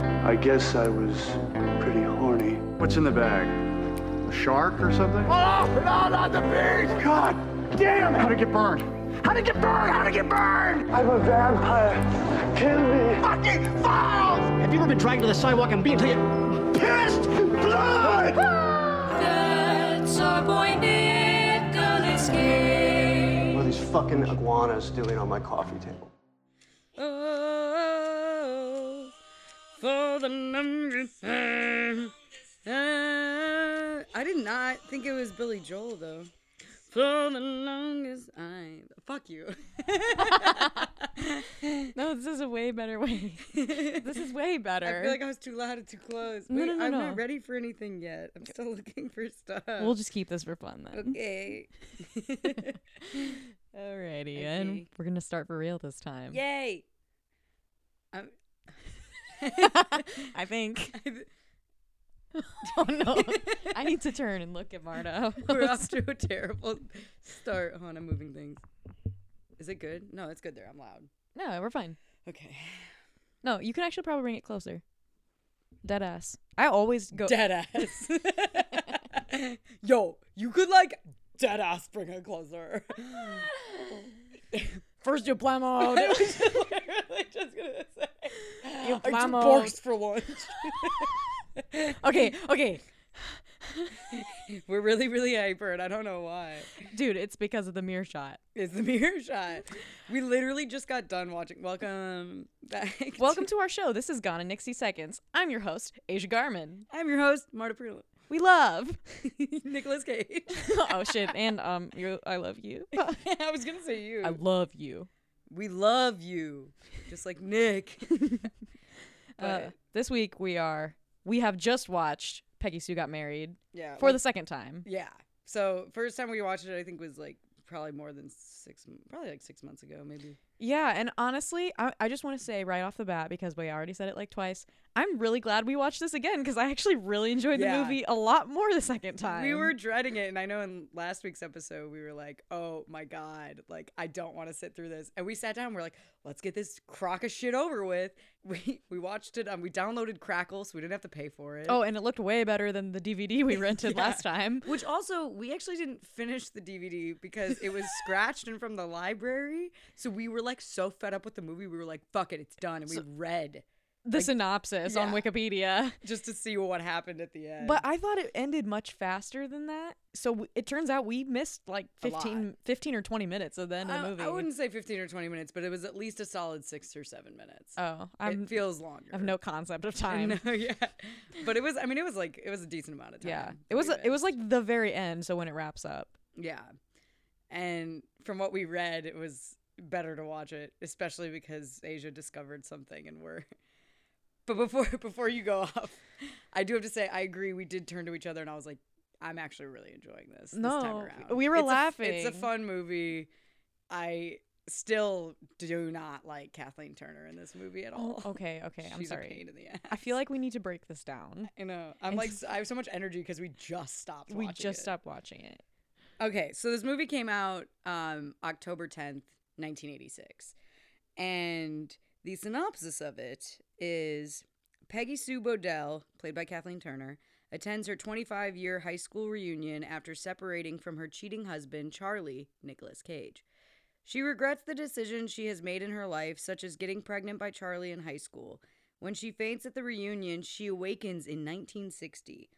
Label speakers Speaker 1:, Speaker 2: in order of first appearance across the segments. Speaker 1: I guess I was pretty horny.
Speaker 2: What's in the bag? A shark or something?
Speaker 3: Oh, no, not the beach!
Speaker 2: God damn! How'd it get burned? How'd it get burned? How'd it get burned?
Speaker 1: I'm a vampire. Kill me.
Speaker 3: Fucking files!
Speaker 4: Have you ever been dragged to the sidewalk and beaten till you...
Speaker 3: Pissed blood!
Speaker 5: That's our boy Nicholas Cage.
Speaker 1: What are these fucking iguanas doing on my coffee table?
Speaker 6: Oh, for the number five. Uh, I did not think it was Billy Joel though. For the longest I fuck you.
Speaker 7: No, this is a way better way. this is way better.
Speaker 6: I feel like I was too loud and too close.
Speaker 7: No,
Speaker 6: Wait,
Speaker 7: no, no,
Speaker 6: I'm
Speaker 7: no.
Speaker 6: not ready for anything yet. I'm still looking for stuff.
Speaker 7: we'll just keep this for fun then.
Speaker 6: okay.
Speaker 7: Alrighty, and
Speaker 6: Okay.
Speaker 7: we're gonna start for real this time.
Speaker 6: Yay. I'm,
Speaker 7: I think.
Speaker 6: I-
Speaker 7: Oh no, I need to turn and look at Marta.
Speaker 6: We're off to a terrible start. Hold on, I'm moving things. Is it good? No, it's good there. I'm loud.
Speaker 7: no, we're fine.
Speaker 6: Okay.
Speaker 7: No, you can actually probably bring it closer. Dead ass. I always go.
Speaker 6: Dead ass. Yo, you could like dead ass bring her closer.
Speaker 7: First you plummeled.
Speaker 6: I was literally just gonna say.
Speaker 7: You
Speaker 6: I
Speaker 7: plummeled.
Speaker 6: divorced for lunch.
Speaker 7: okay, okay,
Speaker 6: We're really, really hyper, and I don't know why.
Speaker 7: dude, it's because of the mirror shot.
Speaker 6: It's the mirror shot. We literally just got done watching. Welcome back.
Speaker 7: Welcome to our show. This is Gone in 60 Seconds. I'm your host, Asia Garman.
Speaker 6: I'm your host, Marta Prula.
Speaker 7: We love.
Speaker 6: Nicholas Cage.
Speaker 7: oh shit, and um, you, I love you.
Speaker 6: I was gonna say you.
Speaker 7: I love you.
Speaker 6: we love you, just like Nick.
Speaker 7: Uh,
Speaker 6: But-
Speaker 7: this week we are we have just watched Peggy Sue Got Married
Speaker 6: yeah.
Speaker 7: for the second time.
Speaker 6: yeah. So first time we watched it, I think was like probably more than six, m- probably like six months ago, maybe.
Speaker 7: Yeah, and honestly, I, I just want to say right off the bat because we already said it like twice. I'm really glad we watched this again because I actually really enjoyed
Speaker 6: Yeah.
Speaker 7: the movie a lot more the second time.
Speaker 6: We were dreading it, and I know in last week's episode we were like, "Oh my god, like I don't want to sit through this." And we sat down. We're like, "Let's get this crock of shit over with." We we watched it. Um, we downloaded Crackle, so we didn't have to pay for it.
Speaker 7: oh, and it looked way better than the DVD we rented
Speaker 6: Yeah.
Speaker 7: last time.
Speaker 6: Which also, we actually didn't finish the DVD because it was scratched and from the library. So we were like so fed up with the movie. We were like, fuck it, it's done. And we read
Speaker 7: The synopsis on
Speaker 6: yeah.
Speaker 7: Wikipedia.
Speaker 6: just to see what happened at the end.
Speaker 7: But I thought it ended much faster than that. So w- it turns out we missed like
Speaker 6: A lot.
Speaker 7: 15, 15 or 20 minutes of the end of
Speaker 6: I,
Speaker 7: the movie.
Speaker 6: I wouldn't say 15 or 20 minutes, but it was at least a solid six or seven minutes.
Speaker 7: oh, I'm,
Speaker 6: it feels longer.
Speaker 7: I have no concept of time.
Speaker 6: No, yeah. But it was, I mean, it was like, it was a decent amount of time.
Speaker 7: Yeah,
Speaker 6: that
Speaker 7: it was
Speaker 6: we
Speaker 7: it was
Speaker 6: missed.
Speaker 7: like the very end. So when it wraps up,
Speaker 6: Yeah. And from what we read, it was better to watch it, especially because Asia discovered something and we're But before before you go off, I do have to say I agree we did turn to each other and I was like I'm actually really enjoying this this time
Speaker 7: No,
Speaker 6: around.
Speaker 7: we were
Speaker 6: It's a f- it's
Speaker 7: laughing.
Speaker 6: a fun movie. I still do not like Kathleen Turner in this movie at all.
Speaker 7: okay, Oh, okay, I'm
Speaker 6: Oh, She's a
Speaker 7: sorry.
Speaker 6: pain in the ass.
Speaker 7: I feel like we need to break this down.
Speaker 6: you know, I'm like s- I have so much energy because we just stopped.
Speaker 7: We
Speaker 6: watching
Speaker 7: just
Speaker 6: it.
Speaker 7: stopped watching it.
Speaker 6: Okay, so this movie came out um, October 10th, 1986. And the synopsis of it is Peggy Sue Bodell, played by Kathleen Turner, attends her 25 year high school reunion after separating from her cheating husband, Charlie Nicolas Cage. She regrets the decisions she has made in her life, such as getting pregnant by Charlie in high school. When she faints at the reunion, she awakens in 1960.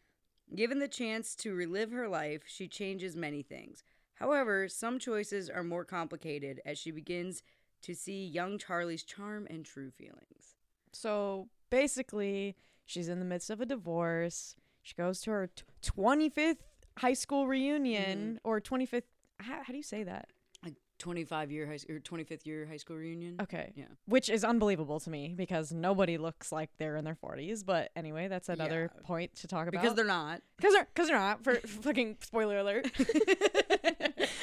Speaker 6: Given the chance to relive her life, she changes many things. However, some choices are more complicated as she begins to see young Charlie's charm and true feelings.
Speaker 7: So basically, she's in the midst of a divorce. She goes to her t- 25th high school reunion
Speaker 6: Mm-hmm.
Speaker 7: or 25th. How, how do you say that?
Speaker 6: Like 25 year high or 25th year high school reunion.
Speaker 7: Okay.
Speaker 6: Mm, Yeah.
Speaker 7: Which is unbelievable to me because nobody looks like they're in their 40s. But anyway, that's another
Speaker 6: Yeah.
Speaker 7: point to talk about.
Speaker 6: Because they're not.
Speaker 7: Because they're, cause they're not, for fucking spoiler alert.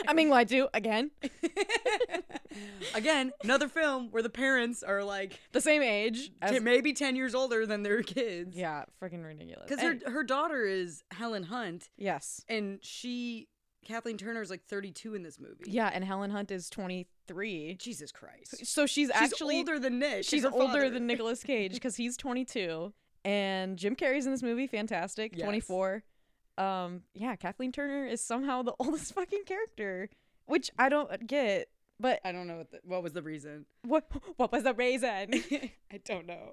Speaker 7: I mean, why do again?
Speaker 6: Again, another film where the parents are like
Speaker 7: The same age. As,
Speaker 6: t- maybe 10 years older than their kids.
Speaker 7: yeah, freaking ridiculous.
Speaker 6: Because
Speaker 7: And-
Speaker 6: her, her daughter is Helen Hunt,
Speaker 7: yes.
Speaker 6: and she, Kathleen Turner, is like 32 in this movie.
Speaker 7: Yeah, and Helen Hunt is 23.
Speaker 6: Jesus Christ.
Speaker 7: So she's,
Speaker 6: She's
Speaker 7: actually
Speaker 6: older than Nick. and
Speaker 7: she's
Speaker 6: her
Speaker 7: older
Speaker 6: father.
Speaker 7: than Nicolas Cage because he's 22 And Jim Carrey's in this movie, fantastic.
Speaker 6: Yes.
Speaker 7: 24. Um, yeah, Kathleen Turner is somehow the oldest fucking character, which I don't get. But uh,
Speaker 6: I don't know what, the, what was the reason.
Speaker 7: what what was the reason?
Speaker 6: I don't know.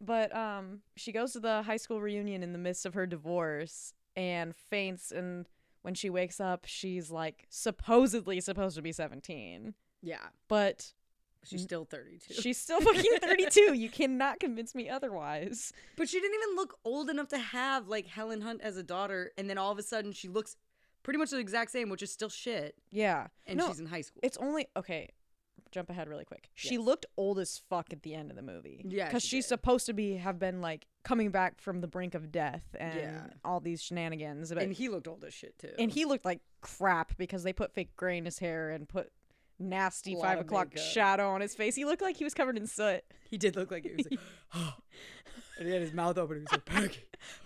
Speaker 7: but um, she goes to the high school reunion in the midst of her divorce and faints. And when she wakes up, she's like supposedly supposed to be 17,
Speaker 6: Yeah,
Speaker 7: but
Speaker 6: she's still 32.
Speaker 7: she's still fucking 32. You cannot convince me otherwise.
Speaker 6: but she didn't even look old enough to have like Helen Hunt as a daughter, and then all of a sudden she looks pretty much the exact same, which is still shit,
Speaker 7: Yeah,
Speaker 6: and
Speaker 7: no,
Speaker 6: she's in high school.
Speaker 7: it's only okay. Jump ahead really quick. She
Speaker 6: Yes.
Speaker 7: looked old as fuck at the end of the movie.
Speaker 6: Yeah,
Speaker 7: because
Speaker 6: she
Speaker 7: she's
Speaker 6: did.
Speaker 7: supposed to be have been like coming back from the brink of death and
Speaker 6: Yeah.
Speaker 7: all these shenanigans. But
Speaker 6: and he looked old as shit too.
Speaker 7: and he looked like crap because they put fake gray in his hair and put nasty
Speaker 6: Lot
Speaker 7: five
Speaker 6: of
Speaker 7: o'clock
Speaker 6: makeup.
Speaker 7: shadow on his face. He looked like he was covered in soot.
Speaker 6: He did look like he was like, and he had his mouth open. He was like, Peggy,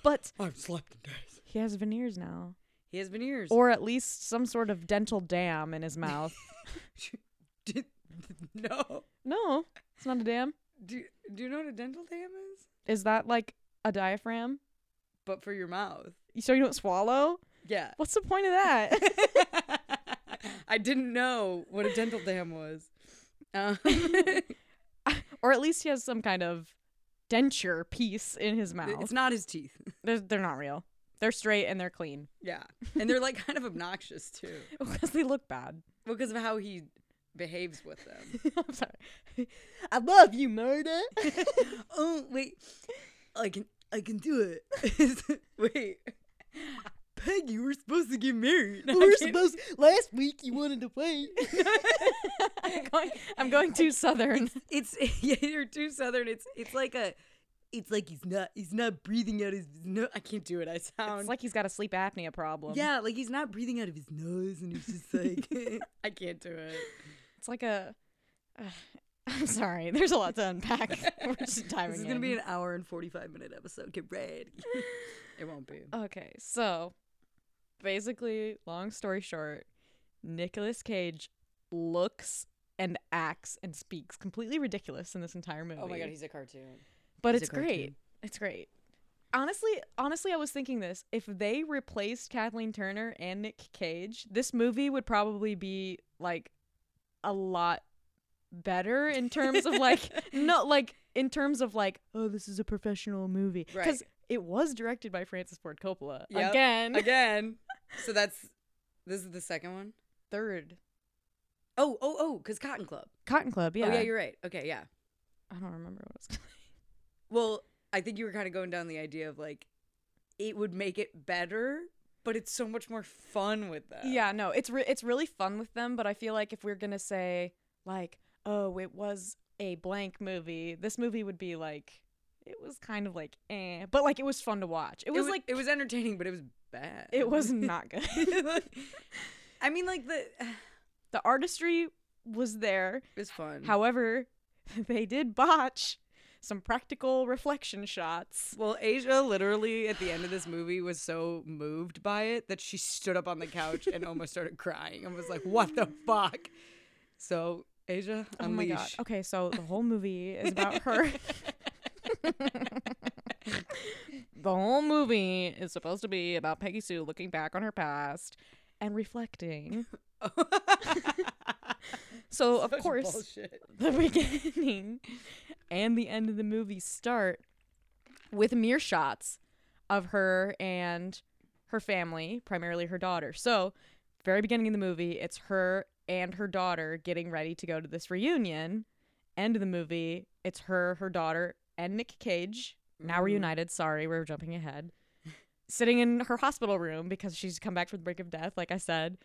Speaker 7: But
Speaker 6: I've slept in days.
Speaker 7: he has veneers now,
Speaker 6: He has veneers.
Speaker 7: or at least some sort of dental dam in his mouth.
Speaker 6: Did- no.
Speaker 7: no, it's not a dam.
Speaker 6: Do, do you know what a dental dam is?
Speaker 7: Is that like a diaphragm?
Speaker 6: But for your mouth.
Speaker 7: So you don't swallow?
Speaker 6: Yeah.
Speaker 7: What's the point of that?
Speaker 6: I didn't know what a dental dam was. Um,
Speaker 7: or at least he has some kind of denture piece in his mouth.
Speaker 6: it's not his teeth.
Speaker 7: They're, they're not real. They're straight and they're clean
Speaker 6: Yeah. And they're like kind of obnoxious too
Speaker 7: because they look bad.
Speaker 6: because of how he behaves with them.
Speaker 7: I'm sorry. I love you, murder.
Speaker 6: oh, wait. I can I can do it. wait. Peggy, we're supposed to get married. No, I'm kidding.
Speaker 7: Last week you wanted to play. I'm going. I'm going too southern.
Speaker 6: It's yeah, you're too southern. It's it's like a it's like he's not he's not breathing out his no I can't do it. I sound
Speaker 7: It's like he's got a sleep apnea problem.
Speaker 6: Yeah, like he's not breathing out of his nose, and he's just like, I can't do it.
Speaker 7: It's like a. I'm sorry. There's a lot to unpack. We're just diving.
Speaker 6: This is gonna
Speaker 7: in.
Speaker 6: be an hour and forty-five minute episode. Get ready. it won't be.
Speaker 7: Okay, so basically, long story short, Nicolas Cage looks and acts and speaks completely ridiculous in this entire
Speaker 6: a
Speaker 7: movie.
Speaker 6: cartoon.
Speaker 7: but
Speaker 6: he's a
Speaker 7: it's great.
Speaker 6: cartoon.
Speaker 7: It's great. Honestly, honestly, I was thinking this: if they replaced Kathleen Turner and Nick Cage, this movie would probably be like a lot better in terms of like no, like in terms of like oh, this is a professional movie because
Speaker 6: Right.
Speaker 7: it was directed by Francis Ford Coppola
Speaker 6: Yep.
Speaker 7: again.
Speaker 6: Again. So that's this is the second one.
Speaker 7: Third
Speaker 6: Oh, oh, oh, because Cotton Club.
Speaker 7: Cotton Club, yeah.
Speaker 6: Oh yeah, you're right. Okay, yeah.
Speaker 7: I don't remember what it's called.
Speaker 6: Well, I think you were kind of going down the idea of like, it would make it better, but it's so much more fun with that.
Speaker 7: Yeah, no, it's re- it's really fun with them, but I feel like if we're gonna say like, oh, it was a blank movie, this movie would be like, it was kind of like, eh, but like it was fun to watch. It
Speaker 6: It
Speaker 7: was,
Speaker 6: was
Speaker 7: like
Speaker 6: it was entertaining, but it was bad.
Speaker 7: it was not good.
Speaker 6: I mean, like the it
Speaker 7: the artistry was there,
Speaker 6: was fun.
Speaker 7: however, they did botch some practical reflection shots.
Speaker 6: Well, Asia literally at the end of this movie was so moved by it that she stood up on the couch and almost started crying and was like, "What the fuck?" So Asia,
Speaker 7: Oh
Speaker 6: unleash.
Speaker 7: my god. Okay, so the whole movie is about her. the whole movie is supposed to be about Peggy Sue looking back on her past and reflecting. so of
Speaker 6: Such
Speaker 7: course,
Speaker 6: bullshit.
Speaker 7: the beginning and the end of the movie start with mere shots of her and her family, primarily her daughter. So, very beginning of the movie, it's her and her daughter getting ready to go to this reunion. End of the movie, it's her, her daughter, and Nick Cage, now
Speaker 6: Mm.
Speaker 7: reunited. Sorry, we're jumping ahead. Sitting in her hospital room because she's come back from the brink of death, like I said.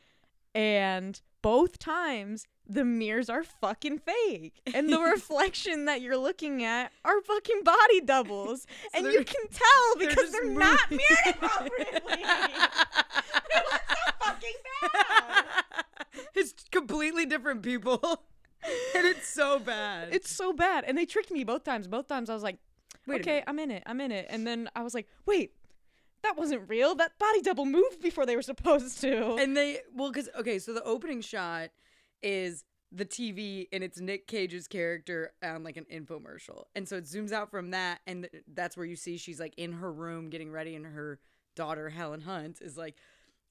Speaker 7: And both times, the mirrors are fucking fake. And the reflection that you're looking at are fucking body doubles. and you
Speaker 6: they're-
Speaker 7: can tell because
Speaker 6: just
Speaker 7: they're,
Speaker 6: moving.
Speaker 7: not mirrored appropriately. They look so fucking bad.
Speaker 6: it's completely different people, and it's so bad.
Speaker 7: It's so bad. And they tricked me both times. Both times I was like,
Speaker 6: Wait a
Speaker 7: okay,
Speaker 6: minute.
Speaker 7: I'm in it. I'm in it. And then I was like, wait, that wasn't real. That body double moved before they were supposed to.
Speaker 6: and they well, because okay, so the opening shot is the TV and it's Nick Cage's character on like an infomercial. And so it zooms out from that and th- that's where you see she's like in her room getting ready and her daughter Helen Hunt is like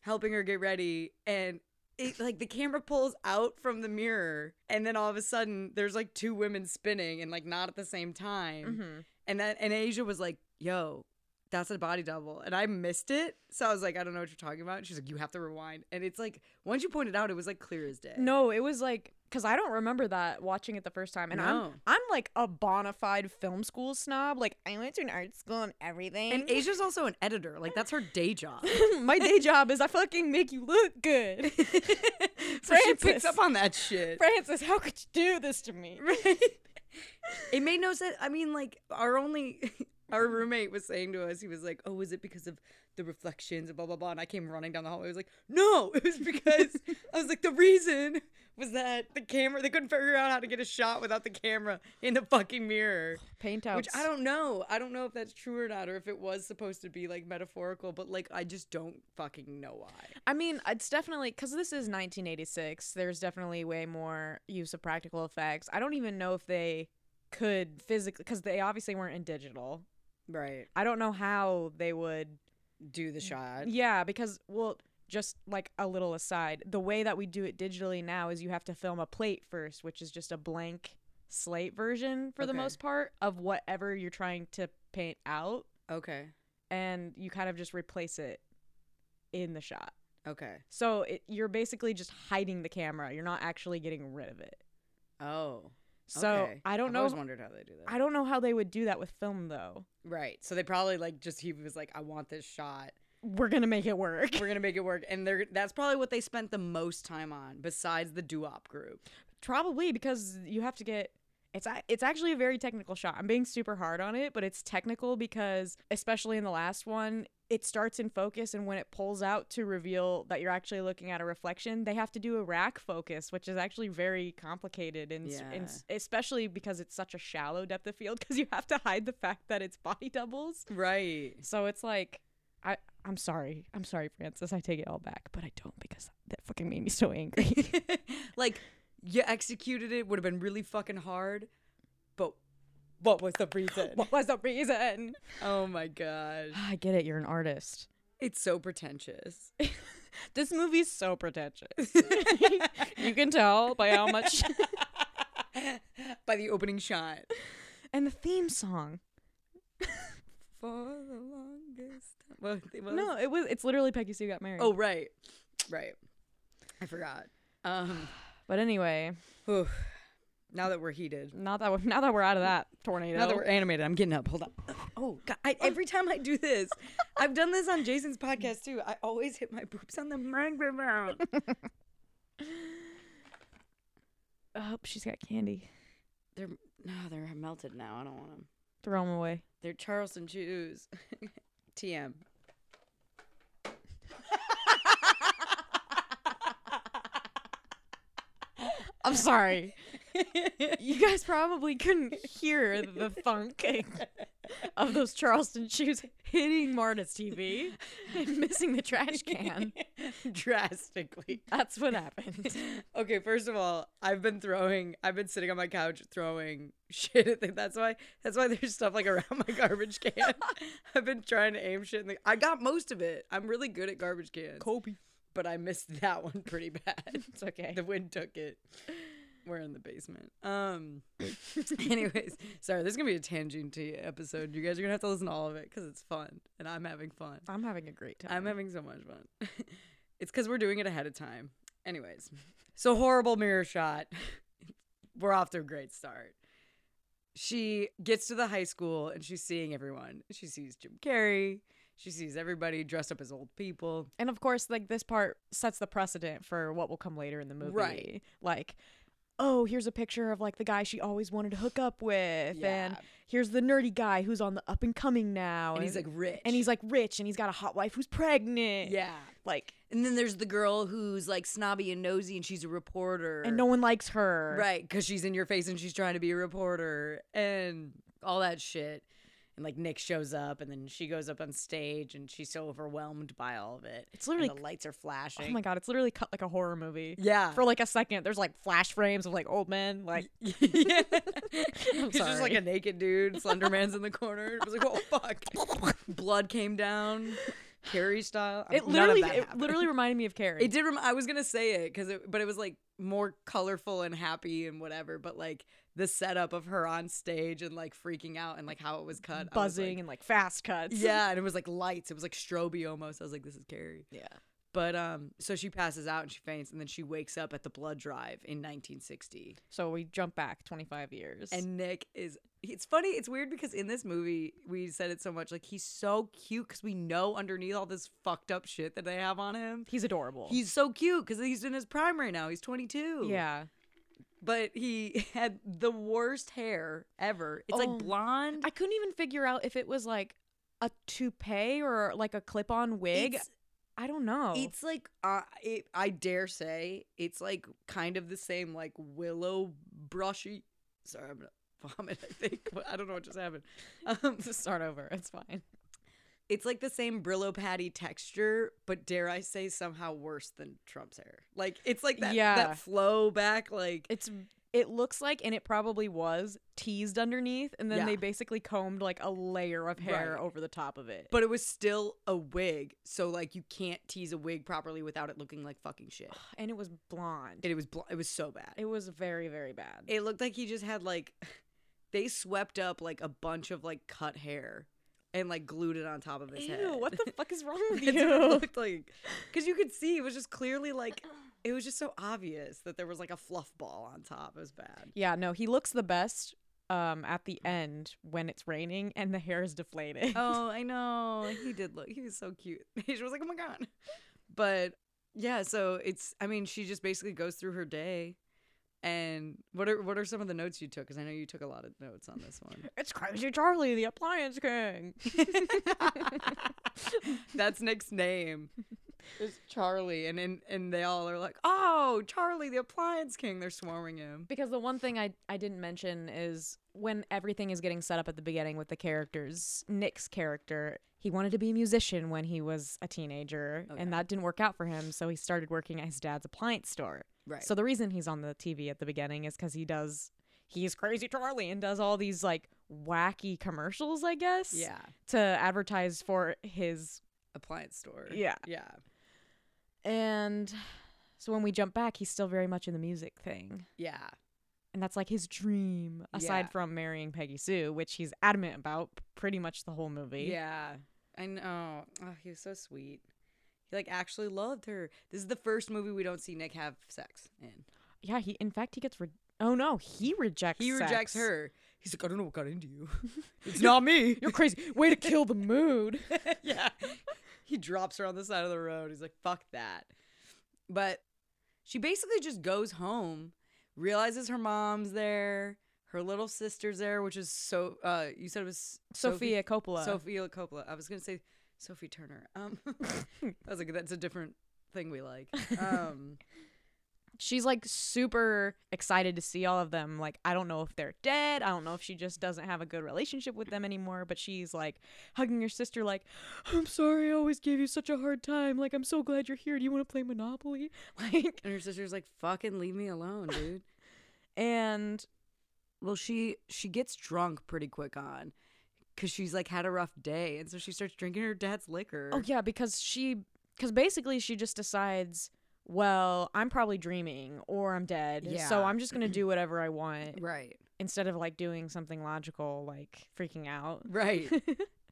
Speaker 6: helping her get ready and it like the camera pulls out from the mirror and then all of a sudden there's like two women spinning and like not at the same time.
Speaker 7: Mm-hmm.
Speaker 6: And then and Asia was like, "Yo, that's a body double," and I missed it. So I was like, "I don't know what you're talking about." And she's like, "You have to rewind," and it's like once you pointed out, it was like clear as day.
Speaker 7: No, it was like because I don't remember that watching it the first time, and
Speaker 6: No.
Speaker 7: I'm I'm like a bona fide film school snob. Like I went to an art school and everything.
Speaker 6: And Asia's also an editor. Like that's her day job.
Speaker 7: my day job is I fucking make you look good.
Speaker 6: so she picks
Speaker 7: Francis.
Speaker 6: up on that shit.
Speaker 7: Francis, how could you do this to me?
Speaker 6: It made no sense. I mean, like our only our roommate was saying to us, he was like, "Oh, was it because of the reflections and blah blah blah?" And I came running down the hallway. I was like, "No, it was because I was like the reason was that the camera they couldn't figure out how to get a shot without the camera in the fucking mirror."
Speaker 7: Paint out.
Speaker 6: Which I don't know. I don't know if that's true or not, or if it was supposed to be like metaphorical, but like I just don't fucking know why.
Speaker 7: I mean, it's definitely because this is 1986. There's definitely way more use of practical effects. I don't even know if they could physically because they obviously weren't in digital.
Speaker 6: Right.
Speaker 7: I don't know how they would
Speaker 6: Do the shot.
Speaker 7: Yeah, because well, just like a little aside, the way that we do it digitally now is you have to film a plate first, which is just a blank slate version for the
Speaker 6: Okay.
Speaker 7: most part of whatever you're trying to paint out,
Speaker 6: Okay.
Speaker 7: and you kind of just replace it in the shot.
Speaker 6: Okay.
Speaker 7: So it, you're basically just hiding the camera. You're not actually getting rid of it.
Speaker 6: Oh.
Speaker 7: So
Speaker 6: okay.
Speaker 7: I don't
Speaker 6: I've
Speaker 7: know.
Speaker 6: Always wondered how they do that.
Speaker 7: I don't know how they would do that with film though.
Speaker 6: Right. So they probably like just he was like, I want this shot.
Speaker 7: We're gonna make it work.
Speaker 6: We're gonna make it work, and they're that's probably what they spent the most time on, besides the duop group.
Speaker 7: Probably because you have to get it's a- it's actually a very technical shot. I'm being super hard on it, but it's technical because especially in the last one, it starts in focus and when it pulls out to reveal that you're actually looking at a reflection, they have to do a rack focus, which is actually very complicated and, s- and s- especially because it's such a shallow depth of field because you have to hide the fact that it's body doubles.
Speaker 6: Right.
Speaker 7: So it's like I I'm sorry. I'm sorry, Francis. I take it all back, but I don't because that fucking made me so angry.
Speaker 6: like you executed it would have been really fucking hard, but what was the reason?
Speaker 7: what was the reason?
Speaker 6: oh my gosh,
Speaker 7: Ah, I get it. You're an artist.
Speaker 6: it's so pretentious.
Speaker 7: This movie's so pretentious. you can tell by how much.
Speaker 6: By the opening shot.
Speaker 7: and the theme song.
Speaker 6: For the longest. Time. Well, it was-
Speaker 7: No, it was. It's literally Peggy Sue got married.
Speaker 6: Oh right, right. I forgot. Um.
Speaker 7: but anyway,
Speaker 6: whew. Now that we're heated.
Speaker 7: now that we're, now that we're out of that tornado,
Speaker 6: Now that we're animated, I'm getting up. Hold on. Oh God! I, every time I do this, I've done this on Jason's podcast too. I always hit my boobs on the microphone.
Speaker 7: oh, she's got candy.
Speaker 6: they're no, they're melted now. I don't want them.
Speaker 7: Throw them away.
Speaker 6: They're Charleston shoes. TM.
Speaker 7: I'm sorry. you guys probably couldn't hear the thunking of those Charleston shoes hitting Marta's TV and missing the trash can.
Speaker 6: Drastically.
Speaker 7: That's what happened.
Speaker 6: Okay, first of all, I've been throwing. I've been sitting on my couch throwing shit at the, That's why. That's why there's stuff like around my garbage can. I've been trying to aim shit. In the, I got most of it. I'm really good at garbage cans. Kobe. But I missed that one pretty bad.
Speaker 7: It's okay.
Speaker 6: the wind took it. We're in the basement. Um. anyways, sorry. This is gonna be a tangenty episode. You guys are gonna have to listen to all of it because it's fun and I'm having fun.
Speaker 7: I'm having a great time.
Speaker 6: I'm having so much fun. it's because we're doing it ahead of time. Anyways, so horrible mirror shot. we're off to a great start. She gets to the high school and she's seeing everyone. She sees Jim Carrey. She sees everybody dressed up as old people.
Speaker 7: And of course, like this part sets the precedent for what will come later in the movie.
Speaker 6: Right.
Speaker 7: Like, oh, here's a picture of like the guy she always wanted to hook up with, and
Speaker 6: Yeah.
Speaker 7: here's the nerdy guy who's on the up and coming now,
Speaker 6: And he's like rich.
Speaker 7: and he's like rich, and he's got a hot wife who's pregnant.
Speaker 6: yeah.
Speaker 7: Like,
Speaker 6: And then there's the girl who's like snobby and nosy and she's a reporter.
Speaker 7: and no one likes her.
Speaker 6: Right, because she's in your face and she's trying to be a reporter and all that shit. and like Nick shows up, and then she goes up on stage, and she's so overwhelmed by all of it.
Speaker 7: It's literally-
Speaker 6: and the lights are flashing.
Speaker 7: Oh my god, it's literally cut like a horror movie.
Speaker 6: Yeah.
Speaker 7: For like a second, there's like flash frames of like old men, like
Speaker 6: yeah. It's just like
Speaker 7: sorry.
Speaker 6: a naked dude. Slenderman's in the corner. It was like, oh fuck. Blood came down. Carrie style. I-
Speaker 7: it
Speaker 6: none of
Speaker 7: literally,
Speaker 6: that
Speaker 7: it
Speaker 6: happened.
Speaker 7: literally reminded me of Carrie.
Speaker 6: It did. Rem- I was gonna say it because, it, but it was like more colorful and happy and whatever. But like the setup of her on stage and like freaking out and like how it was cut, I was
Speaker 7: buzzing
Speaker 6: like-
Speaker 7: and like fast cuts.
Speaker 6: yeah, and it was like lights. It was like strobe almost. I was like, this is Carrie.
Speaker 7: yeah.
Speaker 6: But um, so she passes out and she faints, and then she wakes up at the blood drive in 1960.
Speaker 7: So we jump back 25 years,
Speaker 6: And Nick is. It's funny. It's weird because in this movie, we said it so much. Like, he's so cute because we know underneath all this fucked up shit that they have on him.
Speaker 7: he's adorable.
Speaker 6: He's so cute because he's in his prime right now. He's 22.
Speaker 7: yeah.
Speaker 6: But he had the worst hair ever. It's
Speaker 7: Oh.
Speaker 6: like blonde.
Speaker 7: I couldn't even figure out if it was like a toupee or like a clip-on wig.
Speaker 6: It's-
Speaker 7: I don't know.
Speaker 6: It's like uh, it, I dare say it's like kind of the same like willow brushy. Sorry, I'm gonna vomit. I think I don't know what just happened. Um,
Speaker 7: Let's start over. It's fine.
Speaker 6: it's like the same Brillo patty texture, but dare I say somehow worse than Trump's hair. Like it's like that
Speaker 7: Yeah.
Speaker 6: that flow back. Like
Speaker 7: It's it looks like and it probably was teased underneath and then
Speaker 6: Yeah.
Speaker 7: they basically combed like a layer of hair
Speaker 6: Right.
Speaker 7: over the top of it.
Speaker 6: but it was still a wig, so like you can't tease a wig properly without it looking like fucking shit.
Speaker 7: and it was blonde.
Speaker 6: And it was bl- it was so bad.
Speaker 7: It was very very bad.
Speaker 6: It looked like he just had like they swept up like a bunch of like cut hair and like glued it on top of his
Speaker 7: Ew,
Speaker 6: head.
Speaker 7: what the fuck is wrong with
Speaker 6: That's what it
Speaker 7: you?
Speaker 6: looked like because you could see it was just clearly like it was just so obvious that there was like a fluff ball on top. It was bad.
Speaker 7: Yeah, no, he looks the best um at the end when it's raining and the hair is deflated.
Speaker 6: Oh, I know. He did look. He was so cute. She was like, oh my god. But yeah, so it's. I mean, she just basically goes through her day. And what are what are some of the notes you took? Because I know you took a lot of notes on this one.
Speaker 7: It's crazy Charlie, the appliance king.
Speaker 6: That's Nick's name. It's Charlie, and, and and they all are like, "Oh, Charlie, the appliance king." They're swarming him.
Speaker 7: Because the one thing I, I didn't mention is when everything is getting set up at the beginning with the characters, Nick's character, he wanted to be a musician when he was a teenager, and that didn't work out for him, so he started working at his dad's appliance store.
Speaker 6: Right.
Speaker 7: So the reason he's on the TV at the beginning is because he does, he's Crazy Charlie and does all these like wacky commercials, I guess.
Speaker 6: Yeah,
Speaker 7: To advertise for his.
Speaker 6: appliance store.
Speaker 7: Yeah.
Speaker 6: yeah.
Speaker 7: And so when we jump back, he's still very much in the music thing.
Speaker 6: Yeah.
Speaker 7: and that's like his dream aside
Speaker 6: Yeah.
Speaker 7: from marrying Peggy Sue, which he's adamant about p- pretty much the whole movie.
Speaker 6: Yeah. I know. Oh, he was so sweet. He like actually loved her. This is the first movie we don't see Nick have sex in.
Speaker 7: Yeah, he in fact he gets re- Oh no, he rejects
Speaker 6: He rejects
Speaker 7: sex.
Speaker 6: her. He's like, I don't know what got into you. it's not me.
Speaker 7: You're crazy. Way to kill the mood.
Speaker 6: yeah. He drops her on the side of the road. He's like, fuck that. But she basically just goes home, realizes her mom's there, her little sister's there, which is so uh you said it was
Speaker 7: Sophia Coppola.
Speaker 6: Sophia Coppola. I was gonna say Sophie Turner. Um I was like, that's a different thing we like. Um
Speaker 7: She's like super excited to see all of them. Like I don't know if they're dead. I don't know if she just doesn't have a good relationship with them anymore, but she's like hugging her sister like, "I'm sorry I always gave you such a hard time. Like I'm so glad you're here. Do you want to play Monopoly?" Like
Speaker 6: and her sister's like, fucking leave me alone, dude.
Speaker 7: and
Speaker 6: Well, she she gets drunk pretty quick on because she's like had a rough day, and so she starts drinking her dad's liquor.
Speaker 7: Oh yeah, because she because basically she just decides, well, I'm probably dreaming or I'm dead. So
Speaker 6: Yeah.
Speaker 7: I'm just gonna do whatever I want
Speaker 6: right,
Speaker 7: instead of like doing something logical, like freaking out.
Speaker 6: right.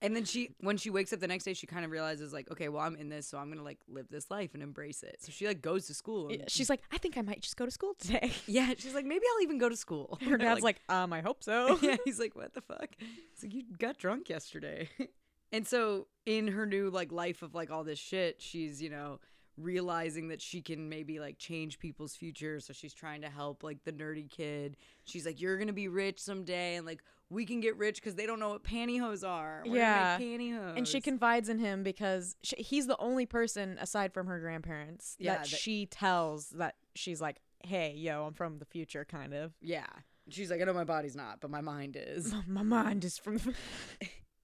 Speaker 6: and then she when she wakes up the next day, she kind of realizes like, okay, well, I'm in this, so I'm gonna like live this life and embrace it. So she like goes to school. And,
Speaker 7: Yeah, She's like, I think I might just go to school today.
Speaker 6: yeah, she's like, maybe I'll even go to school.
Speaker 7: Her dad's like, um, I hope so.
Speaker 6: yeah, he's like, what the fuck? He's like, you got drunk yesterday. and so in her new like life of like all this shit, she's, you know, realizing that she can maybe like change people's future. So she's trying to help like the nerdy kid. She's like, you're gonna be rich someday and like we can get rich because they don't know what pantyhose are. We're
Speaker 7: Yeah.
Speaker 6: gonna make pantyhose.
Speaker 7: And she confides in him because sh he's the only person aside from her grandparents
Speaker 6: Yeah,
Speaker 7: that,
Speaker 6: that-
Speaker 7: she tells that she's like, hey, yo, I'm from the future, kind of.
Speaker 6: Yeah. She's like, I know my body's not, but my mind is.
Speaker 7: My mind is from.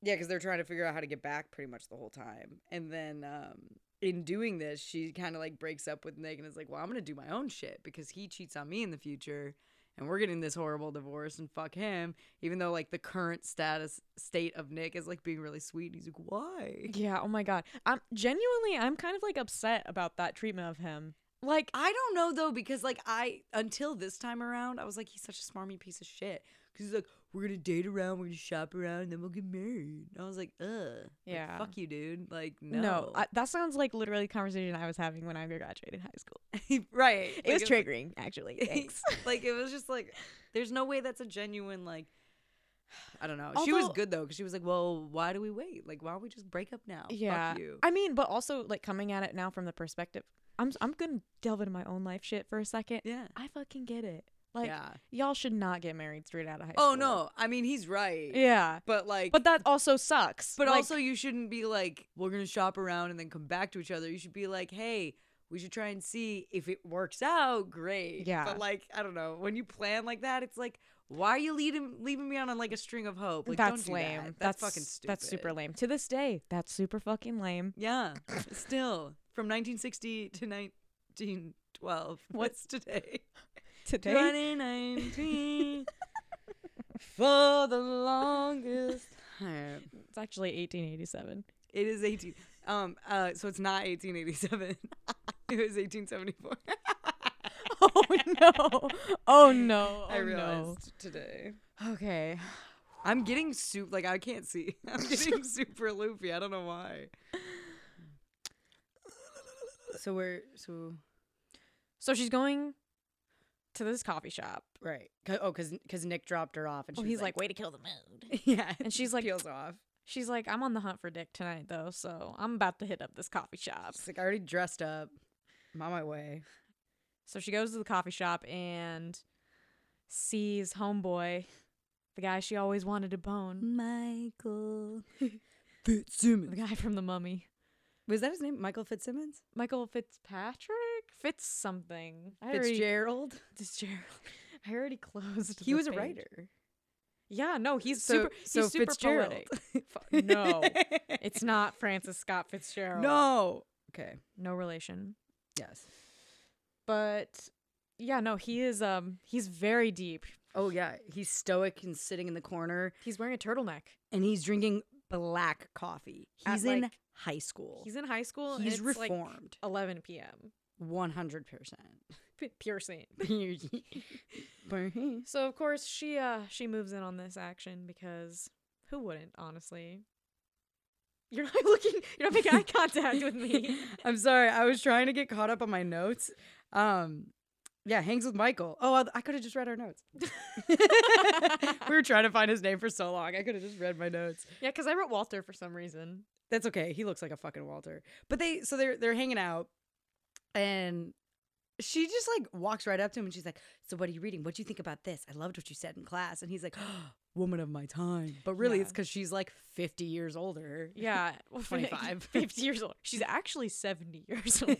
Speaker 6: Yeah, because they're trying to figure out how to get back pretty much the whole time. And then um, in doing this, she kind of like breaks up with Nick and is like, well, I'm going to do my own shit because he cheats on me in the future and we're getting this horrible divorce and fuck him. Even though like the current status state of Nick is like being really sweet. He's like, why?
Speaker 7: Yeah. Oh my god. I'm genuinely. I'm kind of like upset about that treatment of him. Like
Speaker 6: I don't know though because like I until this time around I was like he's such a smarmy piece of shit because he's like we're gonna date around we're gonna shop around and then we'll get married and I was like ugh
Speaker 7: Yeah.
Speaker 6: like, fuck you dude like no,
Speaker 7: no, I, that sounds like literally a conversation I was having when I graduated high school.
Speaker 6: right
Speaker 7: It was
Speaker 6: tricky.
Speaker 7: triggering, actually. Thanks.
Speaker 6: like it was just like there's no way that's a genuine like I don't know she was
Speaker 7: Although-
Speaker 6: good though because she was like well why do we wait like why don't we just break up now
Speaker 7: yeah.
Speaker 6: fuck you
Speaker 7: I mean, but also like coming at it now from the perspective, I'm s- I'm gonna delve into my own life shit for a second.
Speaker 6: yeah
Speaker 7: I fucking get it. Like
Speaker 6: Yeah.
Speaker 7: y'all should not get married straight out of high school.
Speaker 6: oh no I mean he's right
Speaker 7: Yeah.
Speaker 6: but like
Speaker 7: But that also sucks.
Speaker 6: But
Speaker 7: Like,
Speaker 6: also, you shouldn't be like, we're going to shop around and then come back to each other. You should be like, hey, we should try and see if it works out. Great.
Speaker 7: Yeah.
Speaker 6: But like, I don't know. When you plan like that, it's like, why are you leading, leaving me on, on like a string of hope? Like,
Speaker 7: that's
Speaker 6: don't do that.
Speaker 7: lame.
Speaker 6: That's, fucking stupid.
Speaker 7: That's super lame. To this day, that's super fucking lame.
Speaker 6: Yeah. Still, from 1960 to 1912. What's today?
Speaker 7: Today,
Speaker 6: 2019. for the longest time.
Speaker 7: it's actually 1887.
Speaker 6: It is 18. Um. Uh. So it's not 1887. it was 1874.
Speaker 7: oh no! Oh no!
Speaker 6: I
Speaker 7: Oh, no.
Speaker 6: realized today.
Speaker 7: Okay.
Speaker 6: I'm getting soup. Like I can't see. I'm getting super loopy. I don't know why. So we're so
Speaker 7: So she's going to this coffee shop,
Speaker 6: right. Cause, oh, cause 'cause Nick dropped her off, and
Speaker 7: Oh,
Speaker 6: she's
Speaker 7: he's like,
Speaker 6: "Way to kill the mood." yeah,
Speaker 7: and she's like,
Speaker 6: peels off.
Speaker 7: she's like, I'm on the hunt for dick tonight though, so I'm about to hit up this coffee shop.
Speaker 6: She's like, "I already dressed up. I'm on my way."
Speaker 7: So she goes to the coffee shop and sees homeboy, the guy she always wanted to bone,
Speaker 6: Michael
Speaker 7: the
Speaker 6: Fitzsimmons.
Speaker 7: guy from The Mummy,
Speaker 6: Was that his name? Michael Fitzsimmons.
Speaker 7: Michael Fitzpatrick, Fitz something. I already,
Speaker 6: Fitzgerald.
Speaker 7: Fitzgerald. I already closed.
Speaker 6: He
Speaker 7: the
Speaker 6: was a
Speaker 7: page.
Speaker 6: writer.
Speaker 7: Yeah, no, he's
Speaker 6: So-
Speaker 7: super.
Speaker 6: so
Speaker 7: he's super
Speaker 6: Fitzgerald.
Speaker 7: poetic. Fu- no, it's not Francis Scott Fitzgerald.
Speaker 6: No. Okay.
Speaker 7: no relation.
Speaker 6: Yes.
Speaker 7: But yeah, no, he is. Um, he's very deep.
Speaker 6: Oh yeah, he's stoic and sitting in the corner,
Speaker 7: He's wearing a turtleneck.
Speaker 6: and he's drinking black coffee.
Speaker 7: At,
Speaker 6: He's in
Speaker 7: like-
Speaker 6: high school.
Speaker 7: He's in high school. and
Speaker 6: He's
Speaker 7: it's, like,
Speaker 6: reformed.
Speaker 7: 11 p.m.
Speaker 6: One hundred percent.
Speaker 7: P- pure saint. So of course she uh she moves in on this action because who wouldn't honestly? You're not looking. You're not making eye contact with me.
Speaker 6: I'm sorry. I was trying to get caught up on my notes. Um, yeah, hangs with Michael. Oh, I- I could have just read our notes. we were trying to find his name for so long. I could have just read my notes.
Speaker 7: Yeah, because I wrote Walter for some reason.
Speaker 6: That's okay. He looks like a fucking Walter. But they so they're they're hanging out and she just like walks right up to him and she's like, "So what are you reading? What do you think about this? I loved what you said in class." And he's like, "Woman of my time." But really it's
Speaker 7: Yeah.
Speaker 6: cuz she's like 50 years older.
Speaker 7: Yeah,
Speaker 6: 25.
Speaker 7: 50 years old. She's actually 70 years old.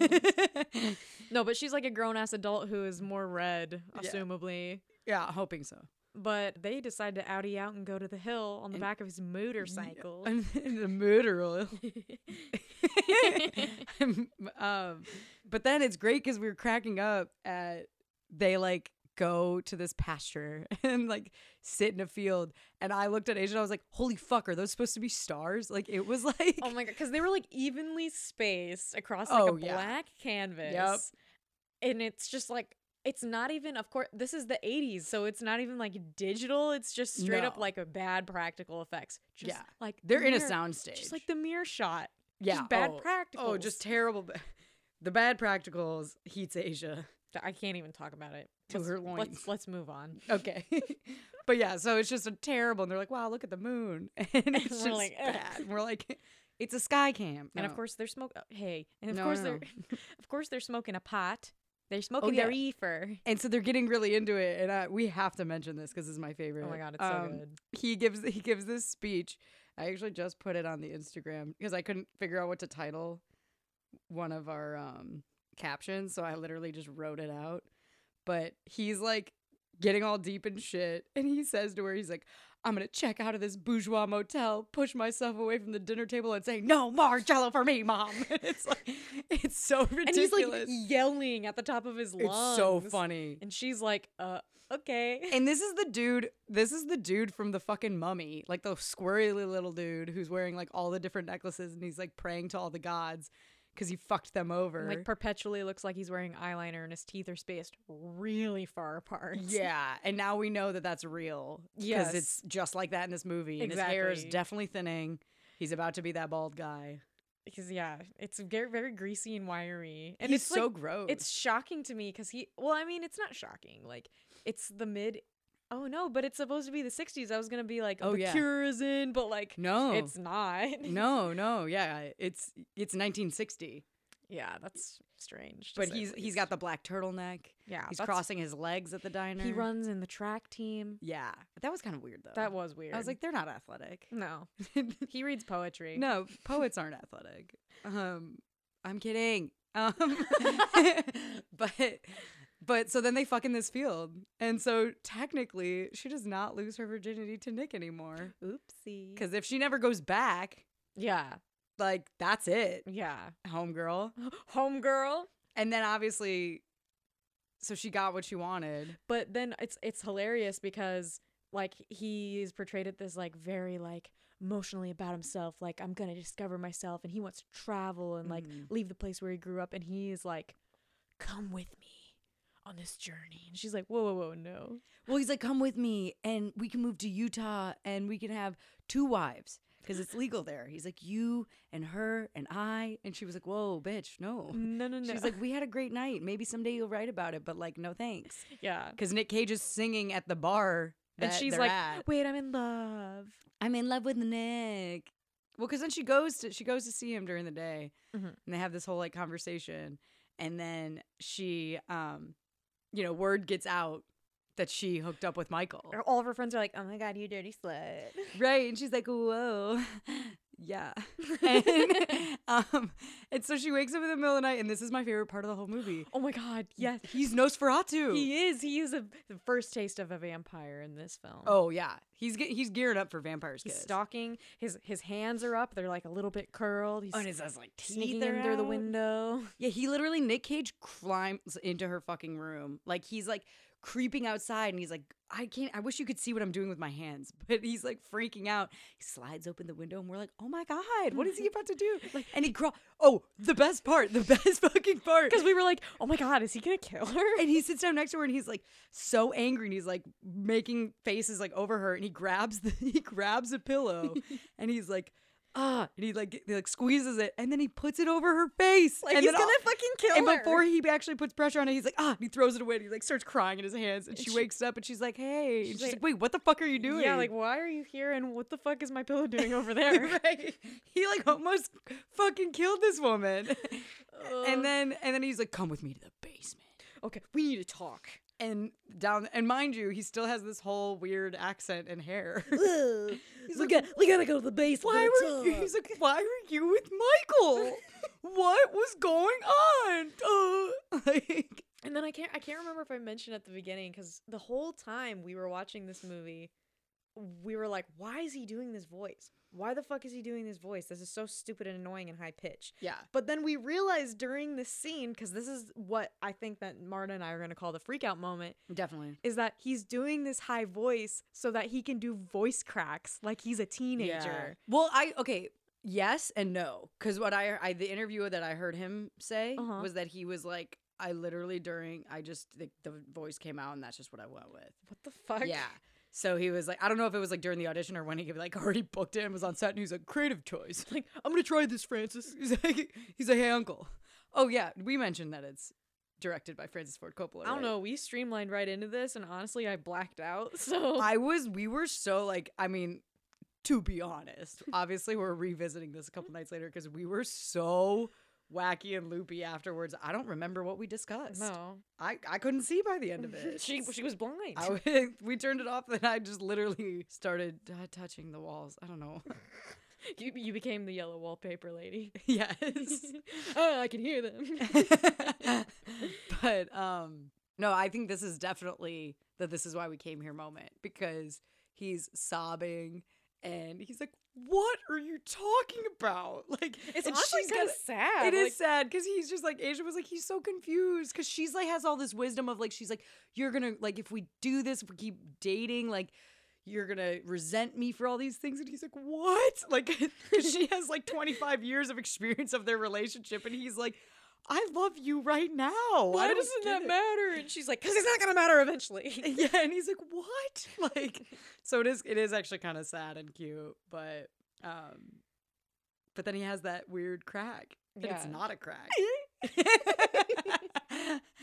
Speaker 7: no, but she's like a grown ass adult who is more red, assumably.
Speaker 6: yeah, hoping so.
Speaker 7: But they decide to outie out and go to the hill on the back of his motorcycle.
Speaker 6: And then the murderer. um, but then it's great because we were cracking up at they like go to this pasture and like sit in a field. And I looked at Asia and I was like, holy fuck, are those supposed to be stars? Like it was like
Speaker 7: Oh my god, because they were like evenly spaced across like
Speaker 6: Oh,
Speaker 7: a
Speaker 6: yeah.
Speaker 7: black canvas. And it's just like it's not even of course this is the 80s, so it's not even like digital, it's just straight up
Speaker 6: No.
Speaker 7: like a bad practical effects. Just
Speaker 6: Yeah.
Speaker 7: like the
Speaker 6: they're in a
Speaker 7: mirror-
Speaker 6: soundstage.
Speaker 7: Just like the mirror shot.
Speaker 6: yeah,
Speaker 7: just bad
Speaker 6: oh, Oh,
Speaker 7: practicals.
Speaker 6: just terrible. ba- The bad practicals heats Asia.
Speaker 7: Th- I can't even talk about it.
Speaker 6: To
Speaker 7: Let's-
Speaker 6: her
Speaker 7: Let's
Speaker 6: loins.
Speaker 7: let's move on.
Speaker 6: Okay. but yeah, so it's just a terrible and they're like, wow, look at the moon. And it's just
Speaker 7: we're like, "Ugh."
Speaker 6: bad. And we're like, it's a sky cam. Oh.
Speaker 7: And of
Speaker 6: No.
Speaker 7: course they're smoking. Hey, and of
Speaker 6: No,
Speaker 7: course
Speaker 6: no, Oh,
Speaker 7: they're, of course they're smoking a pot. They're smoking their
Speaker 6: yeah.
Speaker 7: reefer.
Speaker 6: And so they're getting really into it, and I, we have to mention this because it's my favorite.
Speaker 7: Oh my god, it's so
Speaker 6: Um,
Speaker 7: good.
Speaker 6: He gives he gives this speech. I actually just put it on the Instagram because I couldn't figure out what to title one of our um, captions, so I literally just wrote it out. But he's like getting all deep and shit. And he says to her, he's like, I'm gonna check out of this bourgeois motel, push myself away from the dinner table, and say, No more jello for me, mom. it's like it's so
Speaker 7: And he's like
Speaker 6: ridiculous.
Speaker 7: yelling at the top of his lungs.
Speaker 6: it's so funny.
Speaker 7: And she's like, uh, okay.
Speaker 6: And this is the dude. This is the dude from the fucking mummy, like the squirrely little dude who's wearing like all the different necklaces, and he's like praying to all the gods because he fucked them over.
Speaker 7: Like perpetually looks like he's wearing eyeliner and his teeth are spaced really far apart.
Speaker 6: yeah, and now we know that that's real because
Speaker 7: Yes.
Speaker 6: it's just like that in this movie. And his hair is
Speaker 7: Exactly.
Speaker 6: definitely thinning. He's about to be that bald guy.
Speaker 7: Because yeah, it's very, very greasy and wiry. And
Speaker 6: He's
Speaker 7: it's
Speaker 6: so
Speaker 7: like,
Speaker 6: gross.
Speaker 7: It's shocking to me because he. Well, I mean, it's not shocking. Like it's the mid. Oh no, but it's supposed to be the '60s. I was gonna be like,
Speaker 6: Oh,
Speaker 7: the
Speaker 6: yeah.
Speaker 7: cure is in, but like,
Speaker 6: no,
Speaker 7: it's not.
Speaker 6: no, no. Yeah, it's it's 1960,
Speaker 7: Yeah, that's strange. to
Speaker 6: but
Speaker 7: say
Speaker 6: he's
Speaker 7: the
Speaker 6: he's
Speaker 7: least.
Speaker 6: got the black turtleneck.
Speaker 7: Yeah,
Speaker 6: he's
Speaker 7: Ah, that's-
Speaker 6: crossing his legs at the diner.
Speaker 7: He runs in the track team.
Speaker 6: Yeah, that was kind of weird though.
Speaker 7: That was weird.
Speaker 6: I was like, they're not athletic.
Speaker 7: no. He reads poetry.
Speaker 6: no, poets aren't athletic. Um, I'm kidding. Um, but but so then they fuck in this field, and so technically she does not lose her virginity to Nick anymore.
Speaker 7: Oopsie.
Speaker 6: Because if she never goes back,
Speaker 7: yeah,
Speaker 6: like that's it,
Speaker 7: yeah.
Speaker 6: homegirl.
Speaker 7: Homegirl.
Speaker 6: And then obviously, so she got what she wanted.
Speaker 7: but then it's it's hilarious because like he's portrayed at this like very like emotionally about himself like i'm gonna discover myself and he wants to travel and like
Speaker 6: Mm.
Speaker 7: leave the place where he grew up and he's like come with me on this journey and she's like whoa whoa whoa no
Speaker 6: Well, he's like, come with me, and we can move to Utah, and we can have two wives because it's legal there. He's like, you and her and I, and she was like, whoa, bitch, no,
Speaker 7: No, no, no.
Speaker 6: She's like, we had a great night. Maybe someday you'll write about it, but like, no thanks.
Speaker 7: yeah
Speaker 6: Because Nick Cage is singing at the bar,
Speaker 7: and
Speaker 6: that
Speaker 7: she's
Speaker 6: they're
Speaker 7: like
Speaker 6: at.
Speaker 7: wait i'm in love
Speaker 6: I'm in love with Nick. Well, because then she goes to she goes to see him during the day,
Speaker 7: Mhm.
Speaker 6: and they have this whole like conversation, and then she, um, you know, word gets out that she hooked up with Michael,
Speaker 7: all of her friends are like oh my god you dirty slut
Speaker 6: right? And she's like, whoa. Yeah. And, um, and so she wakes up in the middle of the night, and this is my favorite part of the whole movie.
Speaker 7: oh my god yes
Speaker 6: He's Nosferatu.
Speaker 7: he is he is a, the first taste of a vampire in this film
Speaker 6: Oh yeah, he's ge- he's gearing up for Vampire's
Speaker 7: He's
Speaker 6: Kiss.
Speaker 7: stalking. His his hands are up. They're like a little bit curled. He's
Speaker 6: Oh, and his eyes, like,
Speaker 7: sneaking
Speaker 6: teeth
Speaker 7: in
Speaker 6: are
Speaker 7: through the
Speaker 6: out.
Speaker 7: window.
Speaker 6: Yeah, he literally Nick Cage climbs into her fucking room. Like he's like creeping outside, and he's like, I can't. I wish you could see what I'm doing with my hands, but he's like freaking out. He slides open the window, and we're like, Oh my god, what is he about to do? like, and he crawl. Oh, the best part, the best fucking part,
Speaker 7: Because we were like, oh my god, is he gonna kill her?
Speaker 6: and he sits down next to her and he's like so angry and he's like making faces like over her and he grabs the he grabs a pillow and he's like ah and he like he like squeezes it and then he puts it over her face like and
Speaker 7: he's
Speaker 6: then
Speaker 7: gonna fucking kill
Speaker 6: and
Speaker 7: her.
Speaker 6: before he actually puts pressure on it he's like ah and he throws it away and he like starts crying in his hands and, she, wakes up and she's like hey and she's, like,
Speaker 7: like-
Speaker 6: wait what the fuck are you doing
Speaker 7: Yeah, like why are you here? And what the fuck is my pillow doing over there?
Speaker 6: right he like almost fucking killed this woman and then and then he's like come with me to the basement
Speaker 7: okay, we need to talk.
Speaker 6: and down and mind you he still has this whole weird accent and hair he's like
Speaker 7: we gotta go to the base.
Speaker 6: why were you he's like why were you with michael what was going on Uh, like
Speaker 7: And then I can't I can't remember if I mentioned at the beginning because the whole time we were watching this movie, we were like, why is he doing this voice? Why the fuck is he doing this voice? This is so stupid and annoying and high pitched.
Speaker 6: Yeah.
Speaker 7: But then we realized during this scene, because this is what I think that Marta and I are gonna call the freakout moment,
Speaker 6: definitely
Speaker 7: is that he's doing this high voice so that he can do voice cracks like he's a teenager.
Speaker 6: well i okay yes and no because what I, I the interview that i heard him say
Speaker 7: Uh-huh.
Speaker 6: was that he was like i literally during i just the, the voice came out and that's just what i went with
Speaker 7: What the fuck?
Speaker 6: Yeah. So he was like, I don't know if it was like during the audition or when he like already booked it and was on set, and he was like, creative choice. Like, I'm gonna try this, Francis. He's like, he's like, hey, uncle. Oh yeah, we mentioned that it's directed by Francis Ford Coppola.
Speaker 7: I don't
Speaker 6: right?
Speaker 7: know. We streamlined right into this, and honestly, I blacked out. So
Speaker 6: I was, we were so like, I mean, to be honest, obviously we're revisiting this a couple nights later because we were so wacky and loopy afterwards. I don't remember what we discussed.
Speaker 7: no,
Speaker 6: I I couldn't see by the end of it.
Speaker 7: she she was blind.
Speaker 6: I was, we turned it off, and I just literally started uh, touching the walls. I don't know.
Speaker 7: You, you became the yellow wallpaper lady.
Speaker 6: yes,
Speaker 7: oh, I can hear them.
Speaker 6: but um, No, I think this is definitely the this is why we came here moment because he's sobbing and he's like, What are you talking about? Like
Speaker 7: It's
Speaker 6: and
Speaker 7: honestly
Speaker 6: she's
Speaker 7: kinda
Speaker 6: got-
Speaker 7: sad,
Speaker 6: It is
Speaker 7: like-
Speaker 6: sad because he's just like Asia was like, he's so confused. Cause she's like has all this wisdom of like she's like, You're gonna like if we do this, if we keep dating, like you're gonna resent me for all these things and he's like what like 'cause she has like 25 years of experience of their relationship and he's like i love you right now I
Speaker 7: Why
Speaker 6: don't
Speaker 7: doesn't
Speaker 6: get
Speaker 7: that
Speaker 6: it."
Speaker 7: matter? And she's like, because it's not gonna matter eventually.
Speaker 6: yeah and he's like what like so it is it is actually kind of sad and cute but um but then he has that weird crack and it's
Speaker 7: Yeah.
Speaker 6: not a crack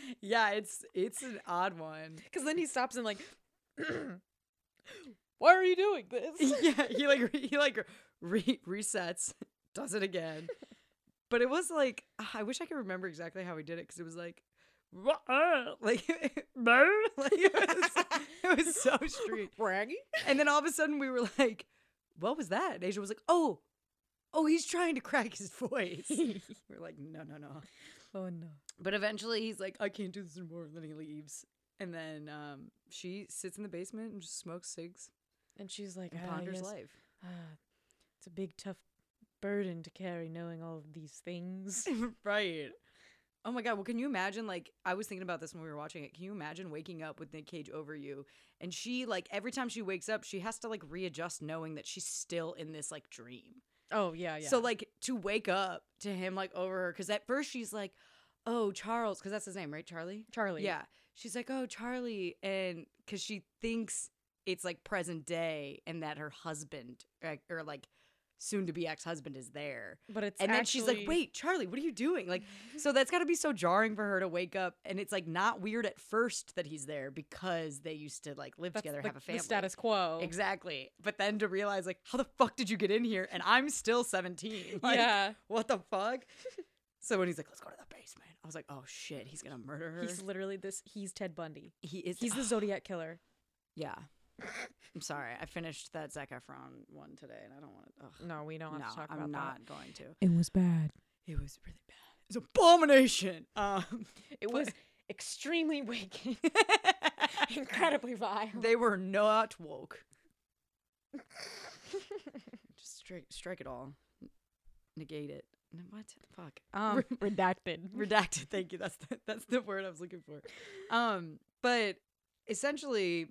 Speaker 6: yeah it's it's an odd one
Speaker 7: Because then he stops and like, why are you doing this?
Speaker 6: yeah he like he like re- resets does it again but it was like ah, i wish i could remember exactly how he did it because it was like uh," like, it was, it was so strange
Speaker 7: Braggy.
Speaker 6: And then all of a sudden we were like, what was that? And Asia was like, oh, oh, he's trying to crack his voice. we're like, no, no, no.
Speaker 7: Oh no.
Speaker 6: But eventually he's like, I can't do this anymore. And then he leaves. And then um, she sits in the basement and just smokes cigs
Speaker 7: And she's like,
Speaker 6: and
Speaker 7: ah,
Speaker 6: ponders
Speaker 7: yes,
Speaker 6: life.
Speaker 7: ah, it's a big tough burden to carry, knowing all of these things.
Speaker 6: right. Oh my God. Well, can you imagine? Like, I was thinking about this when we were watching it. Can you imagine waking up with Nick Cage over you? And she, like, every time she wakes up, she has to, like, readjust knowing that she's still in this, like, dream.
Speaker 7: Oh yeah, yeah.
Speaker 6: So like to wake up to him like over her because at first she's like, "Oh Charles," because that's his name, right? Charlie.
Speaker 7: Charlie.
Speaker 6: Yeah. She's like, "Oh Charlie," and because she thinks it's like present day and that her husband like, or like soon to be ex husband is there.
Speaker 7: But it's
Speaker 6: And then she's like,
Speaker 7: actually- Mm-hmm.
Speaker 6: "Wait, Charlie, what are you doing?" Like, so that's got to be so jarring for her to wake up, and it's like not weird at first that he's there because they used to like live
Speaker 7: That's
Speaker 6: together,
Speaker 7: like
Speaker 6: have a family.
Speaker 7: The status quo.
Speaker 6: Exactly. But then to realize, like, how the fuck did you get in here? And I'm still 17. Like,
Speaker 7: Yeah.
Speaker 6: What the fuck? so when he's like, let's go to the basement, I was like, oh shit, he's gonna murder her.
Speaker 7: He's literally this. He's Ted Bundy.
Speaker 6: he is. Ah,
Speaker 7: He's the Zodiac killer.
Speaker 6: yeah. I'm sorry. I finished that Zac Efron one today, and I don't want to.
Speaker 7: No, we don't
Speaker 6: No,
Speaker 7: want to talk
Speaker 6: I'm
Speaker 7: about
Speaker 6: not going to.
Speaker 7: that. It was bad.
Speaker 6: It was really bad. It's abomination. Um,
Speaker 7: It was extremely waking, incredibly vile.
Speaker 6: they were not woke. Just strike, strike it all, negate it. No, What? Fuck. Um,
Speaker 7: redacted.
Speaker 6: redacted thank you that's the, that's the word i was looking for um but essentially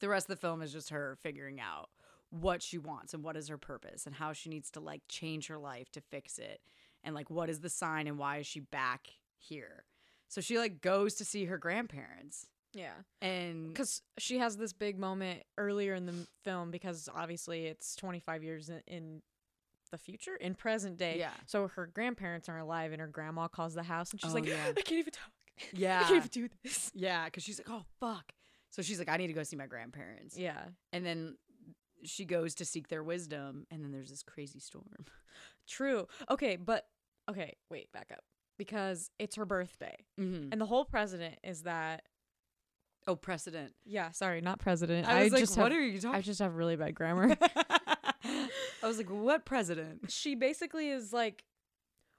Speaker 6: the rest of the film is just her figuring out what she wants and what is her purpose and how she needs to like change her life to fix it and like what is the sign and why is she back here so she like goes to see her grandparents
Speaker 7: Yeah.
Speaker 6: and
Speaker 7: Because she has this big moment earlier in the m- film because obviously it's 25 years in, in the future, in present day.
Speaker 6: Yeah.
Speaker 7: So her grandparents aren't alive and her grandma calls the house and she's
Speaker 6: Oh,
Speaker 7: like,
Speaker 6: yeah.
Speaker 7: I can't even talk. I
Speaker 6: yeah
Speaker 7: can't even do this.
Speaker 6: yeah because she's like oh fuck so she's like i need to go see my grandparents
Speaker 7: Yeah.
Speaker 6: and then she goes to seek their wisdom and then there's this crazy storm
Speaker 7: True. Okay, but okay, wait, back up. Because it's her birthday.
Speaker 6: mm-hmm.
Speaker 7: And the whole president is that.
Speaker 6: oh precedent
Speaker 7: Yeah, sorry, not president.
Speaker 6: I was like,
Speaker 7: just
Speaker 6: "What
Speaker 7: have-
Speaker 6: are you
Speaker 7: I
Speaker 6: talking-"
Speaker 7: just have really bad grammar.
Speaker 6: I was like, what president?
Speaker 7: she basically is like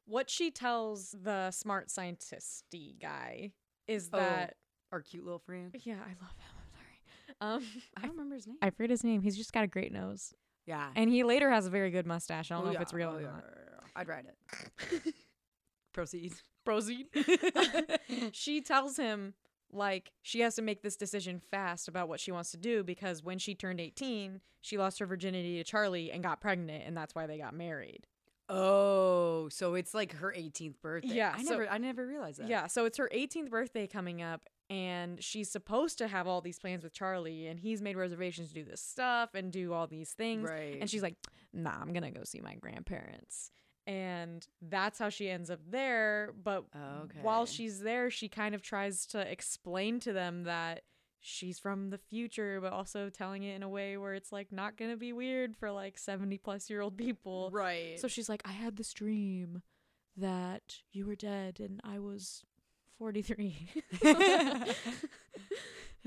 Speaker 7: what she tells the smart scientisty guy is
Speaker 6: Oh.
Speaker 7: that
Speaker 6: Our cute little friend.
Speaker 7: yeah i love him i'm sorry um
Speaker 6: I don't remember his name.
Speaker 7: i forget his name he's just got a great nose
Speaker 6: yeah.
Speaker 7: and he later has a very good mustache i don't
Speaker 6: Oh,
Speaker 7: know if
Speaker 6: yeah.
Speaker 7: it's real
Speaker 6: Oh,
Speaker 7: or
Speaker 6: yeah,
Speaker 7: not
Speaker 6: yeah, yeah, yeah. I'd ride it. Proceed.
Speaker 7: proceed she tells him like she has to make this decision fast about what she wants to do because when she turned 18 she lost her virginity to charlie and got pregnant and that's why they got married
Speaker 6: Oh, so it's like her 18th birthday.
Speaker 7: Yeah,
Speaker 6: I
Speaker 7: so-
Speaker 6: never, I never realized that.
Speaker 7: Yeah, so it's her 18th birthday coming up, and she's supposed to have all these plans with Charlie, and he's made reservations to do this stuff and do all these things.
Speaker 6: Right.
Speaker 7: And she's like, nah, I'm gonna go see my grandparents. And that's how she ends up there. But
Speaker 6: Oh,
Speaker 7: while
Speaker 6: Okay.
Speaker 7: she's there, she kind of tries to explain to them that she's from the future, but also telling it in a way where it's like not gonna be weird for like 70 plus year old people.
Speaker 6: Right.
Speaker 7: So she's like, I had this dream that you were dead and I was 43. and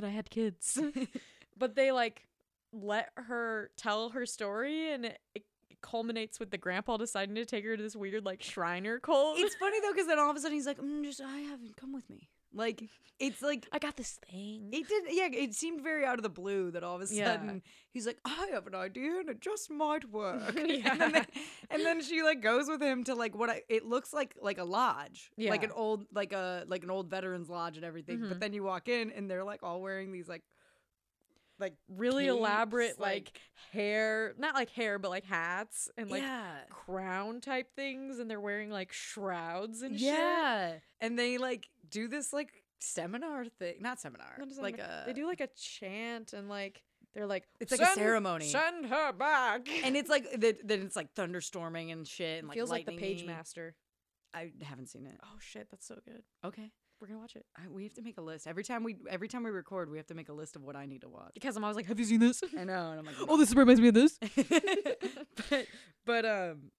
Speaker 7: I had kids. but they like let her tell her story and it, it culminates with the grandpa deciding to take her to this weird like Shriner cult.
Speaker 6: it's funny though, because then all of a sudden he's like, mm, just, I haven't come with me. Like it's like
Speaker 7: I got this thing.
Speaker 6: it didn't. Yeah, it seemed very out of the blue that all of a
Speaker 7: Yeah.
Speaker 6: sudden he's like, "I have an idea, and it just might work." and, then they- and then she like goes with him to like what I, it looks like like a lodge, like
Speaker 7: Yeah.
Speaker 6: an old like a like an old veterans lodge and everything. But then you walk in and they're like all wearing these like like
Speaker 7: Really
Speaker 6: capes,
Speaker 7: elaborate, like, hair, not like hair, but like hats and like
Speaker 6: yeah.
Speaker 7: crown type things, and they're wearing like shrouds and shit.
Speaker 6: Yeah. And they like do this like seminar thing. Not seminar.
Speaker 7: What is that
Speaker 6: like
Speaker 7: ma-
Speaker 6: a
Speaker 7: they do like a chant and like they're like
Speaker 6: It's like a
Speaker 7: "Send-
Speaker 6: ceremony."
Speaker 7: Send her back.
Speaker 6: and it's like th- then it's like thunderstorming and shit and like
Speaker 7: feels like the page
Speaker 6: lightning-y.
Speaker 7: master.
Speaker 6: I haven't seen it.
Speaker 7: Oh shit, that's so good.
Speaker 6: Okay.
Speaker 7: We're gonna watch it
Speaker 6: I, we have to make a list. Every time we every time we record, we have to make a list of what I need to watch.
Speaker 7: because I'm always like, have you seen this?
Speaker 6: I know, and I'm like,
Speaker 7: oh, this reminds me of this.
Speaker 6: but, but um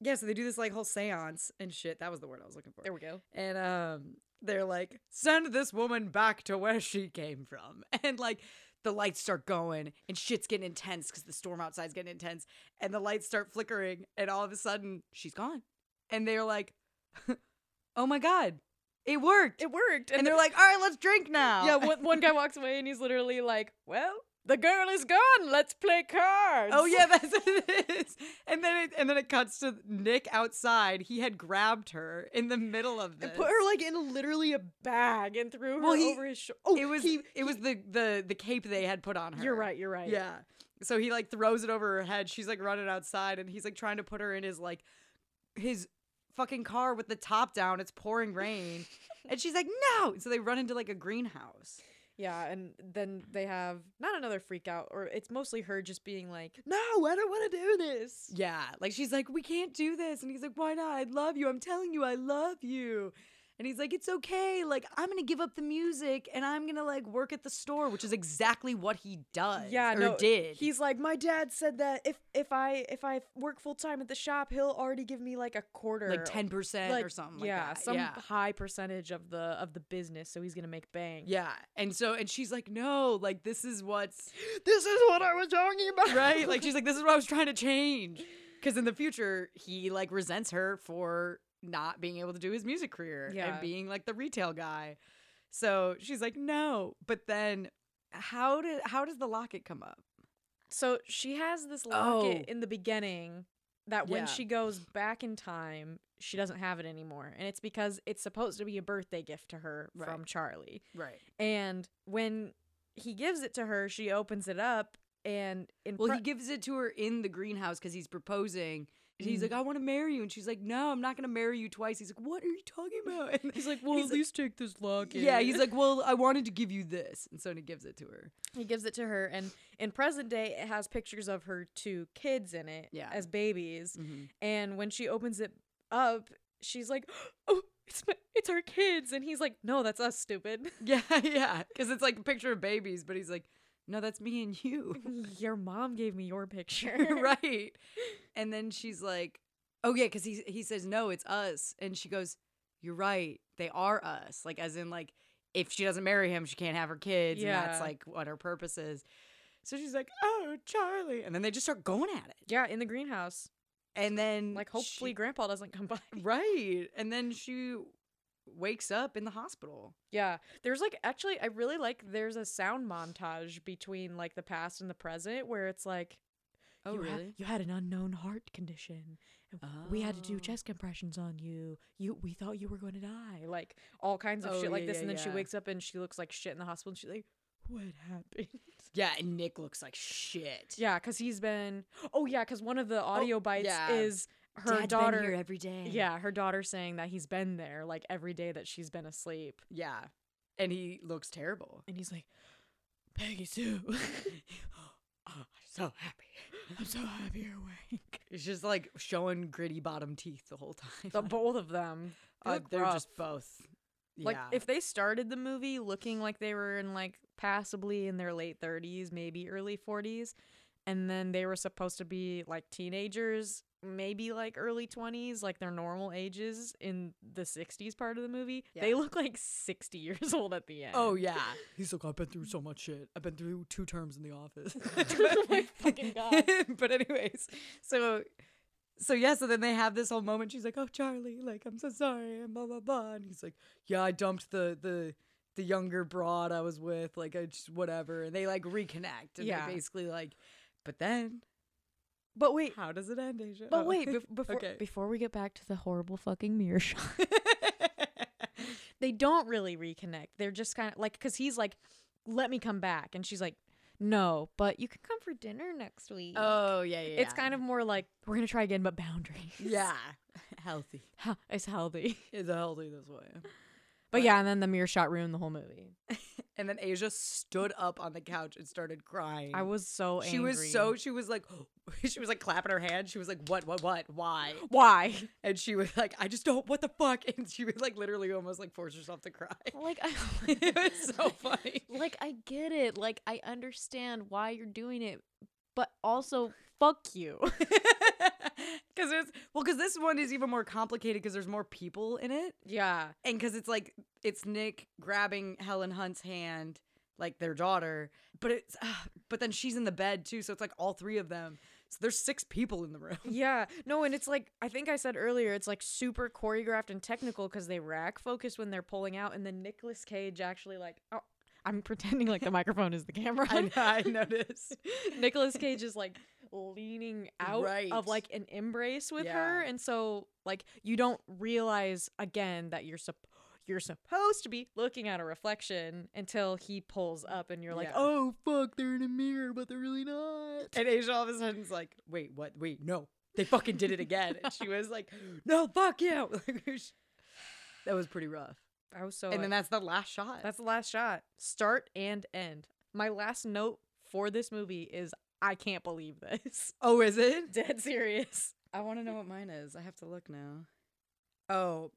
Speaker 6: yeah, so they do this like whole séance and shit. That was the word I was looking for.
Speaker 7: There we go.
Speaker 6: and um they're like send this woman back to where she came from and like the lights start going and shit's getting intense because the storm outside's getting intense and the lights start flickering and all of a sudden she's gone and they're like oh my god it worked
Speaker 7: It worked,
Speaker 6: and they're like all right let's drink now
Speaker 7: yeah. One, one guy walks away and he's literally like, well, the girl is gone. Let's play cards.
Speaker 6: Oh yeah, that's what it is. And then it, and then it cuts to Nick outside. He had grabbed her in the middle of this.
Speaker 7: And put her like in literally a bag and threw her
Speaker 6: Well, he-
Speaker 7: over his shoulder. Oh,
Speaker 6: it was
Speaker 7: he-
Speaker 6: it was the the the cape they had put on her.
Speaker 7: you're right. You're right.
Speaker 6: Yeah. So he like throws it over her head. She's like running outside and he's like trying to put her in his like his fucking car with the top down. It's pouring rain. and she's like, "No." So they run into like a greenhouse.
Speaker 7: Yeah, and then they have not another freak out, or it's mostly her just being like,
Speaker 6: No, I don't want to do
Speaker 7: this.
Speaker 6: Yeah. Like she's like, we can't do this. And he's like, why not? I love you. I'm telling you, I love you. And he's like, it's okay. Like, I'm going to give up the music and I'm going to like work at the store, which is exactly what he does.
Speaker 7: Yeah,
Speaker 6: Or
Speaker 7: no,
Speaker 6: did.
Speaker 7: He's like, my dad said that if if I if I work full time at the shop, he'll already give me like a quarter,
Speaker 6: like 10% or
Speaker 7: like,
Speaker 6: something
Speaker 7: yeah,
Speaker 6: like that.
Speaker 7: some
Speaker 6: yeah.
Speaker 7: high percentage of the of the business, so he's gonna make bang.
Speaker 6: Yeah. And so, and she's like, no, like, this is what's
Speaker 7: this is what I was talking about.
Speaker 6: right. Like, she's like, this is what I was trying to change. Cause in the future, he like resents her for not being able to do his music career
Speaker 7: Yeah.
Speaker 6: and being like the retail guy. So she's like, no. But then how did, how does the locket come up?
Speaker 7: So she has this locket
Speaker 6: Oh.
Speaker 7: in the beginning that
Speaker 6: Yeah.
Speaker 7: when she goes back in time, she doesn't have it anymore, and it's because it's supposed to be a birthday gift to her
Speaker 6: Right.
Speaker 7: from Charlie.
Speaker 6: Right.
Speaker 7: And when he gives it to her, she opens it up and in
Speaker 6: Well,
Speaker 7: pro-
Speaker 6: he gives it to her in the greenhouse because he's proposing. And he's like, I want to marry you. And she's like, No, I'm not going to marry you twice. He's like, What are you talking about? And he's like, Well, at least take this locket. Yeah. He's like, Well, I wanted to give you this. And so he gives it to her.
Speaker 7: he gives it to her and in present day it has pictures of her two kids in it
Speaker 6: Yeah. Mm.
Speaker 7: as babies.
Speaker 6: Mm-hmm.
Speaker 7: And when she opens it up, she's like, "Oh, it's my, it's our kids." And he's like, "No, that's us, stupid.
Speaker 6: Yeah. Yeah. Because it's like a picture of babies, but he's like, No, that's me and you.
Speaker 7: your mom gave me your picture."
Speaker 6: right. And then she's like, Oh, yeah. Because he, he says, No, it's us. And she goes, You're right. They are us. Like, as in, like, if she doesn't marry him, she can't have her kids. And that's
Speaker 7: Yeah.
Speaker 6: like what her purpose is. So she's like, Oh, Charlie. And then they just start going at it.
Speaker 7: yeah, in the greenhouse.
Speaker 6: And then,
Speaker 7: Like
Speaker 6: she-
Speaker 7: hopefully grandpa doesn't come by.
Speaker 6: right. And then she wakes up in the hospital.
Speaker 7: Yeah. There's like actually I really like there's a sound montage between like the past and the present where it's like
Speaker 6: Oh,
Speaker 7: you ha-
Speaker 6: really?
Speaker 7: you had an unknown heart condition. and We had to do chest compressions on you. You we thought you were going to die. Like all kinds of
Speaker 6: Oh,
Speaker 7: shit like
Speaker 6: yeah,
Speaker 7: this
Speaker 6: yeah,
Speaker 7: and then she
Speaker 6: yeah.
Speaker 7: wakes up and she looks like shit in the hospital and she's like what happened?
Speaker 6: Yeah. And Nick looks like shit.
Speaker 7: yeah, cuz he's been Oh yeah, cuz one of the audio bites
Speaker 6: yeah.
Speaker 7: is her
Speaker 6: Dad's been
Speaker 7: daughter
Speaker 6: here every day.
Speaker 7: Yeah, her daughter saying that he's been there like every day that she's been asleep.
Speaker 6: Yeah. And he looks terrible.
Speaker 7: And he's like, Peggy Sue.
Speaker 6: Oh, I'm so happy.
Speaker 7: I'm so happy you're awake.
Speaker 6: It's just like showing gritty bottom teeth the whole time.
Speaker 7: The both of them. They
Speaker 6: Uh,
Speaker 7: look
Speaker 6: they're
Speaker 7: rough.
Speaker 6: just both.
Speaker 7: like
Speaker 6: yeah.
Speaker 7: if they started the movie looking like they were in like passably in their late 30s, maybe early 40s, and then they were supposed to be like teenagers, maybe like early 20s, like their normal ages in the 60s part of the movie, they
Speaker 6: Yeah.
Speaker 7: look like 60 years old at the end.
Speaker 6: oh yeah,
Speaker 8: He's like, I've been through so much shit. I've been through two terms in the office.
Speaker 7: my fucking Oh god.
Speaker 6: but anyways, so so yeah, so then they have this whole moment. She's like, "Oh, Charlie, like I'm so sorry," and blah blah blah. And he's like, "Yeah, I dumped the the the younger broad I was with, like I just whatever." And they like reconnect, and
Speaker 7: Yeah.
Speaker 6: they're basically like, "But then,
Speaker 7: But wait,
Speaker 6: how does it end, Asia?"
Speaker 7: but
Speaker 6: Oh.
Speaker 7: wait, bef- before
Speaker 6: okay.
Speaker 7: before we get back to the horrible fucking mirror shot, they don't really reconnect. They're just kind of like because he's like, "Let me come back," and she's like, "No, but you can come for dinner next week."
Speaker 6: oh yeah, yeah,
Speaker 7: It's kind of more like we're gonna try again, but boundaries.
Speaker 6: yeah, healthy.
Speaker 7: Ha- it's healthy.
Speaker 6: It's healthy this way.
Speaker 7: But yeah, and then the mirror shot ruined the whole movie.
Speaker 6: And then Asia stood up on the couch and started crying.
Speaker 7: I was so
Speaker 6: She was
Speaker 7: angry.
Speaker 6: so. She was like. She was like clapping her hands. She was like, "What? What? What? Why?"
Speaker 7: why?
Speaker 6: And she was like, "I just don't. What the fuck?" And she would like literally almost like force herself to cry.
Speaker 7: Like I
Speaker 6: it was so funny.
Speaker 7: like I get it. Like I understand why you're doing it, but also fuck you.
Speaker 6: Because it's well, because this one is even more complicated because there's more people in it,
Speaker 7: Yeah.
Speaker 6: and because it's like it's Nick grabbing Helen Hunt's hand, like their daughter, but it's ah, but then she's in the bed too, so it's like all three of them. So there's six people in the room.
Speaker 7: Yeah. No, and it's like I think I said earlier, it's like super choreographed and technical because they rack focus when they're pulling out, and then Nicolas Cage actually like oh, I'm pretending like the microphone is the camera.
Speaker 6: I, I noticed.
Speaker 7: Nicolas Cage is like leaning out
Speaker 6: Right.
Speaker 7: of like an embrace with her,
Speaker 6: Yeah.
Speaker 7: and so like you don't realize again that you're sup- you're supposed to be looking at a reflection until he pulls up, and you're like,
Speaker 6: Yeah.
Speaker 7: oh fuck, they're in a mirror, but they're really not.
Speaker 6: And Asia all of a sudden's like, wait, what? Wait, no. They fucking did it again. And she was like,
Speaker 7: "Oh,
Speaker 6: no, fuck you. Like, it was- that was pretty rough.
Speaker 7: I was so
Speaker 6: and then
Speaker 7: like-
Speaker 6: that's the last shot.
Speaker 7: that's the last shot, start and end. My last note for this movie is I can't believe this.
Speaker 6: oh, is it?
Speaker 7: Dead serious.
Speaker 6: I want to know what mine is. I have to look now. Oh,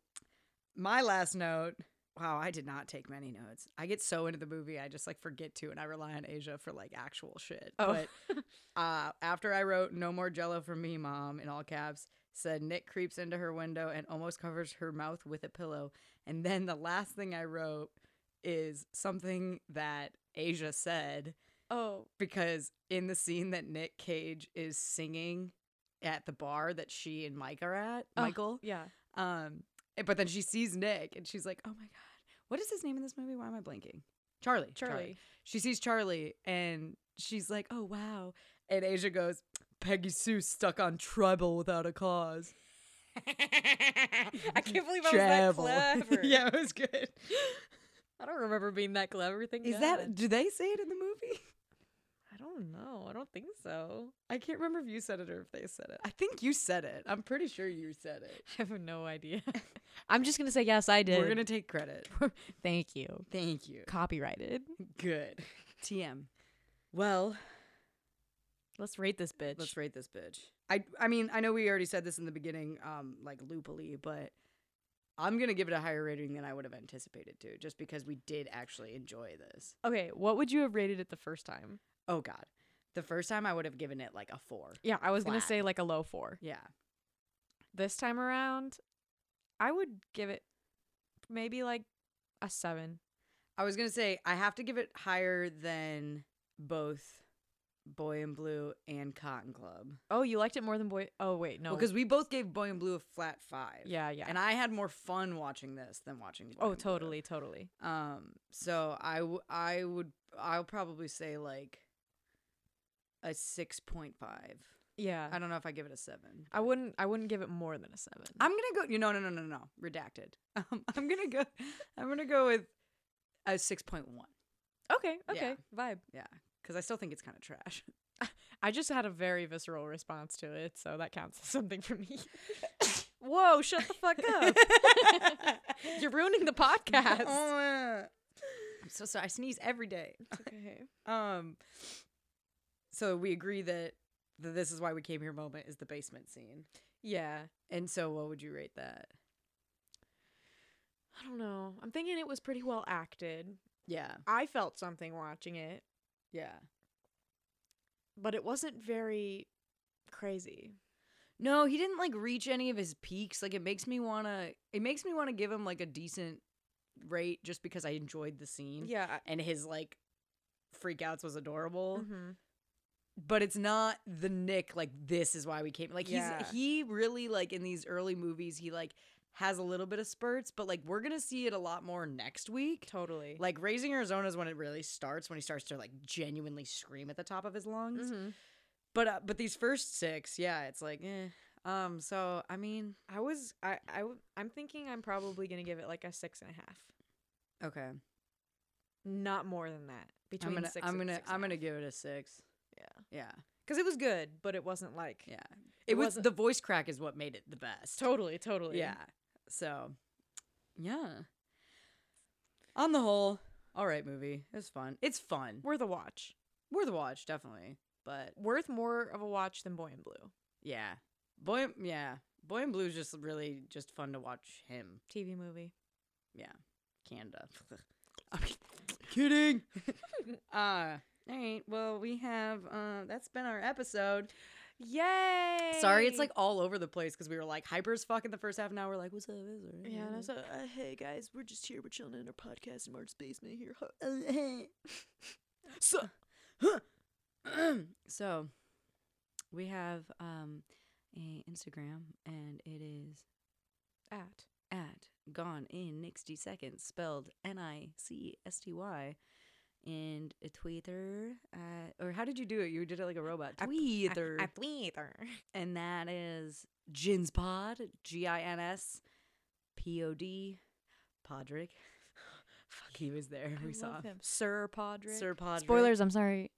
Speaker 6: my last note. Wow, I did not take many notes. I get so into the movie, I just like forget to, and I rely on Asia for like actual shit.
Speaker 7: Oh.
Speaker 6: But uh, after I wrote "No more Jello for me, Mom" in all caps, said Nick creeps into her window and almost covers her mouth with a pillow, and then the last thing I wrote is something that Asia said
Speaker 7: Oh,
Speaker 6: because in the scene that Nick Cage is singing at the bar that she and Mike are at,
Speaker 7: Oh,
Speaker 6: Michael,
Speaker 7: yeah.
Speaker 6: um, eh, but then she sees Nick and she's like, "Oh my god, what is his name in this movie? Why am I blanking?" Charlie.
Speaker 7: Charlie.
Speaker 6: She sees Charlie and she's like, "Oh wow," and Asia goes, "Peggy Sue stuck on trouble without a cause."
Speaker 7: I can't believe
Speaker 6: Treble. yeah, it was good.
Speaker 7: I don't remember being that clever. Thank
Speaker 6: Is that? Do they say it in the movie?
Speaker 7: I don't know. I don't think so.
Speaker 6: I can't remember if you said it or if they said it. I think you said it. I'm pretty sure you said it.
Speaker 7: I have no idea. I'm just gonna say yes. I did.
Speaker 6: We're gonna take credit.
Speaker 7: Thank you.
Speaker 6: Thank you.
Speaker 7: Copyrighted.
Speaker 6: Good. TM. Well,
Speaker 7: Let's rate this bitch.
Speaker 6: let's rate this bitch. I I mean, I know we already said this in the beginning, um, like loopily, but I'm gonna give it a higher rating than I would have anticipated to, just because we did actually enjoy this.
Speaker 7: Okay. What would you have rated it the first time?
Speaker 6: Oh God. The first time I would have given it like a four.
Speaker 7: Yeah, I was gonna
Speaker 6: Flat.
Speaker 7: say like a low four.
Speaker 6: Yeah.
Speaker 7: This time around, I would give it maybe like a seven.
Speaker 6: I was gonna say I have to give it higher than both Boy in Blue and Cotton Club.
Speaker 7: Oh, you liked it more than boy. Oh wait, no.
Speaker 6: Because we both gave Boy and Blue a flat five.
Speaker 7: yeah, yeah.
Speaker 6: And I had more fun watching this than watching Boy
Speaker 7: oh,
Speaker 6: and Blue.
Speaker 7: totally, totally.
Speaker 6: Um, so I w- I would I'll probably say like a six point five.
Speaker 7: Yeah.
Speaker 6: I don't know if I give it a seven.
Speaker 7: I wouldn't. I wouldn't give it more than a seven.
Speaker 6: I'm gonna go. You know, no, no, no, no, no, redacted. Um, I'm gonna go. I'm gonna go with a six point one.
Speaker 7: okay. Okay. Vibe.
Speaker 6: Yeah, because I still think it's kind of trash.
Speaker 7: I just had a very visceral response to it, so that counts as something for me. Whoa, shut the fuck up. You're ruining the podcast.
Speaker 6: I'm so sorry. I sneeze every day.
Speaker 7: okay.
Speaker 6: Um, so we agree that the this is why we came here moment is the basement scene.
Speaker 7: Yeah.
Speaker 6: And so, what would you rate that?
Speaker 7: I don't know. I'm thinking it was pretty well acted.
Speaker 6: Yeah,
Speaker 7: I felt something watching it,
Speaker 6: yeah.
Speaker 7: but it wasn't very crazy.
Speaker 6: No, he didn't like reach any of his peaks. Like it makes me wanna it makes me wanna give him like a decent rate just because I enjoyed the scene.
Speaker 7: Yeah.
Speaker 6: And his like freakouts was adorable.
Speaker 7: Mm-hmm.
Speaker 6: but it's not the Nick like this is why we came. Like
Speaker 9: Yeah.
Speaker 6: he's he really like in these early movies he like has a little bit of spurts, but like we're gonna see it a lot more next week.
Speaker 7: Totally.
Speaker 6: Like raising Arizona is when it really starts when he starts to like genuinely scream at the top of his lungs.
Speaker 7: Mm-hmm.
Speaker 6: But uh, but these first six, yeah, it's like eh. Um, so I mean,
Speaker 7: I was I I w- I'm thinking I'm probably gonna give it like a six and a half,
Speaker 6: okay,
Speaker 7: not more than that. Between
Speaker 6: I'm gonna
Speaker 7: 6
Speaker 6: I'm
Speaker 7: and
Speaker 6: gonna
Speaker 7: six and a
Speaker 6: I'm gonna
Speaker 7: half.
Speaker 6: give it a six.
Speaker 7: Yeah.
Speaker 6: Yeah,
Speaker 7: because it was good, but it wasn't like
Speaker 6: yeah. It, was
Speaker 7: wasn't-
Speaker 6: the voice crack is what made it the best.
Speaker 7: totally totally
Speaker 6: Yeah. So, yeah. On the whole, all right movie. It's fun. It's fun.
Speaker 7: worth a watch,
Speaker 6: Worth a watch, definitely. But
Speaker 7: worth more of a watch than Boy in Blue
Speaker 6: yeah, boy, yeah, boy in blue is just really just fun to watch him.
Speaker 7: TV movie.
Speaker 6: Yeah, Canada. I'm kidding. uh, all right. Well, we have. Uh, that's been our episode.
Speaker 7: Yay!
Speaker 6: Sorry, it's like all over the place because we were like hyper as fuck in the first half an hour. Like, what's up? Is there-
Speaker 7: yeah. And I was like, uh, hey guys, we're just here, we're chilling in our podcast in Mark's basement here. Huh. so
Speaker 6: so we have um a Instagram and it is
Speaker 7: at
Speaker 6: at gone in 60 seconds spelled N I C S T Y and a Twitter at, or how did you do it? You did it like a robot. Twitter.
Speaker 7: at either.
Speaker 6: and that is Jinspod, G I N S P O D Podrick. Fuck, he was there. we saw him.
Speaker 7: Sir Podrick.
Speaker 6: Sir Podrick.
Speaker 7: Spoilers. I'm sorry.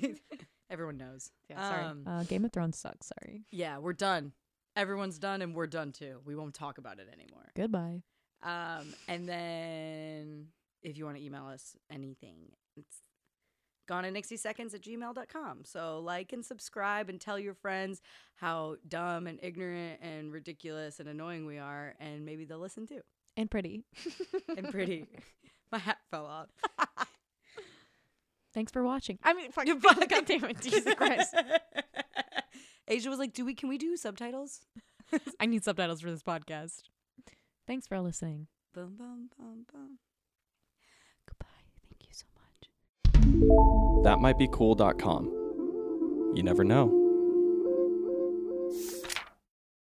Speaker 6: Everyone knows.
Speaker 7: Yeah, sorry.
Speaker 6: Um,
Speaker 7: uh, Game of Thrones sucks. Sorry.
Speaker 6: Yeah, we're done. Everyone's done, and we're done too. We won't talk about it anymore.
Speaker 7: Goodbye.
Speaker 6: Um, and then if you want to email us anything, it's gone in 60 seconds at gmail.com. So like and subscribe and tell your friends how dumb and ignorant and ridiculous and annoying we are, and maybe they'll listen too.
Speaker 7: And pretty.
Speaker 6: And pretty. My hat fell off.
Speaker 7: Thanks for watching. I mean, fuck. God damn it, Jesus Christ.
Speaker 6: Asia was like, "Do we? Can we do subtitles?"
Speaker 7: I need subtitles for this podcast. Thanks for listening.
Speaker 6: Boom, boom, boom, boom. Goodbye. Thank you so much.
Speaker 10: That might be cool.com. You never know.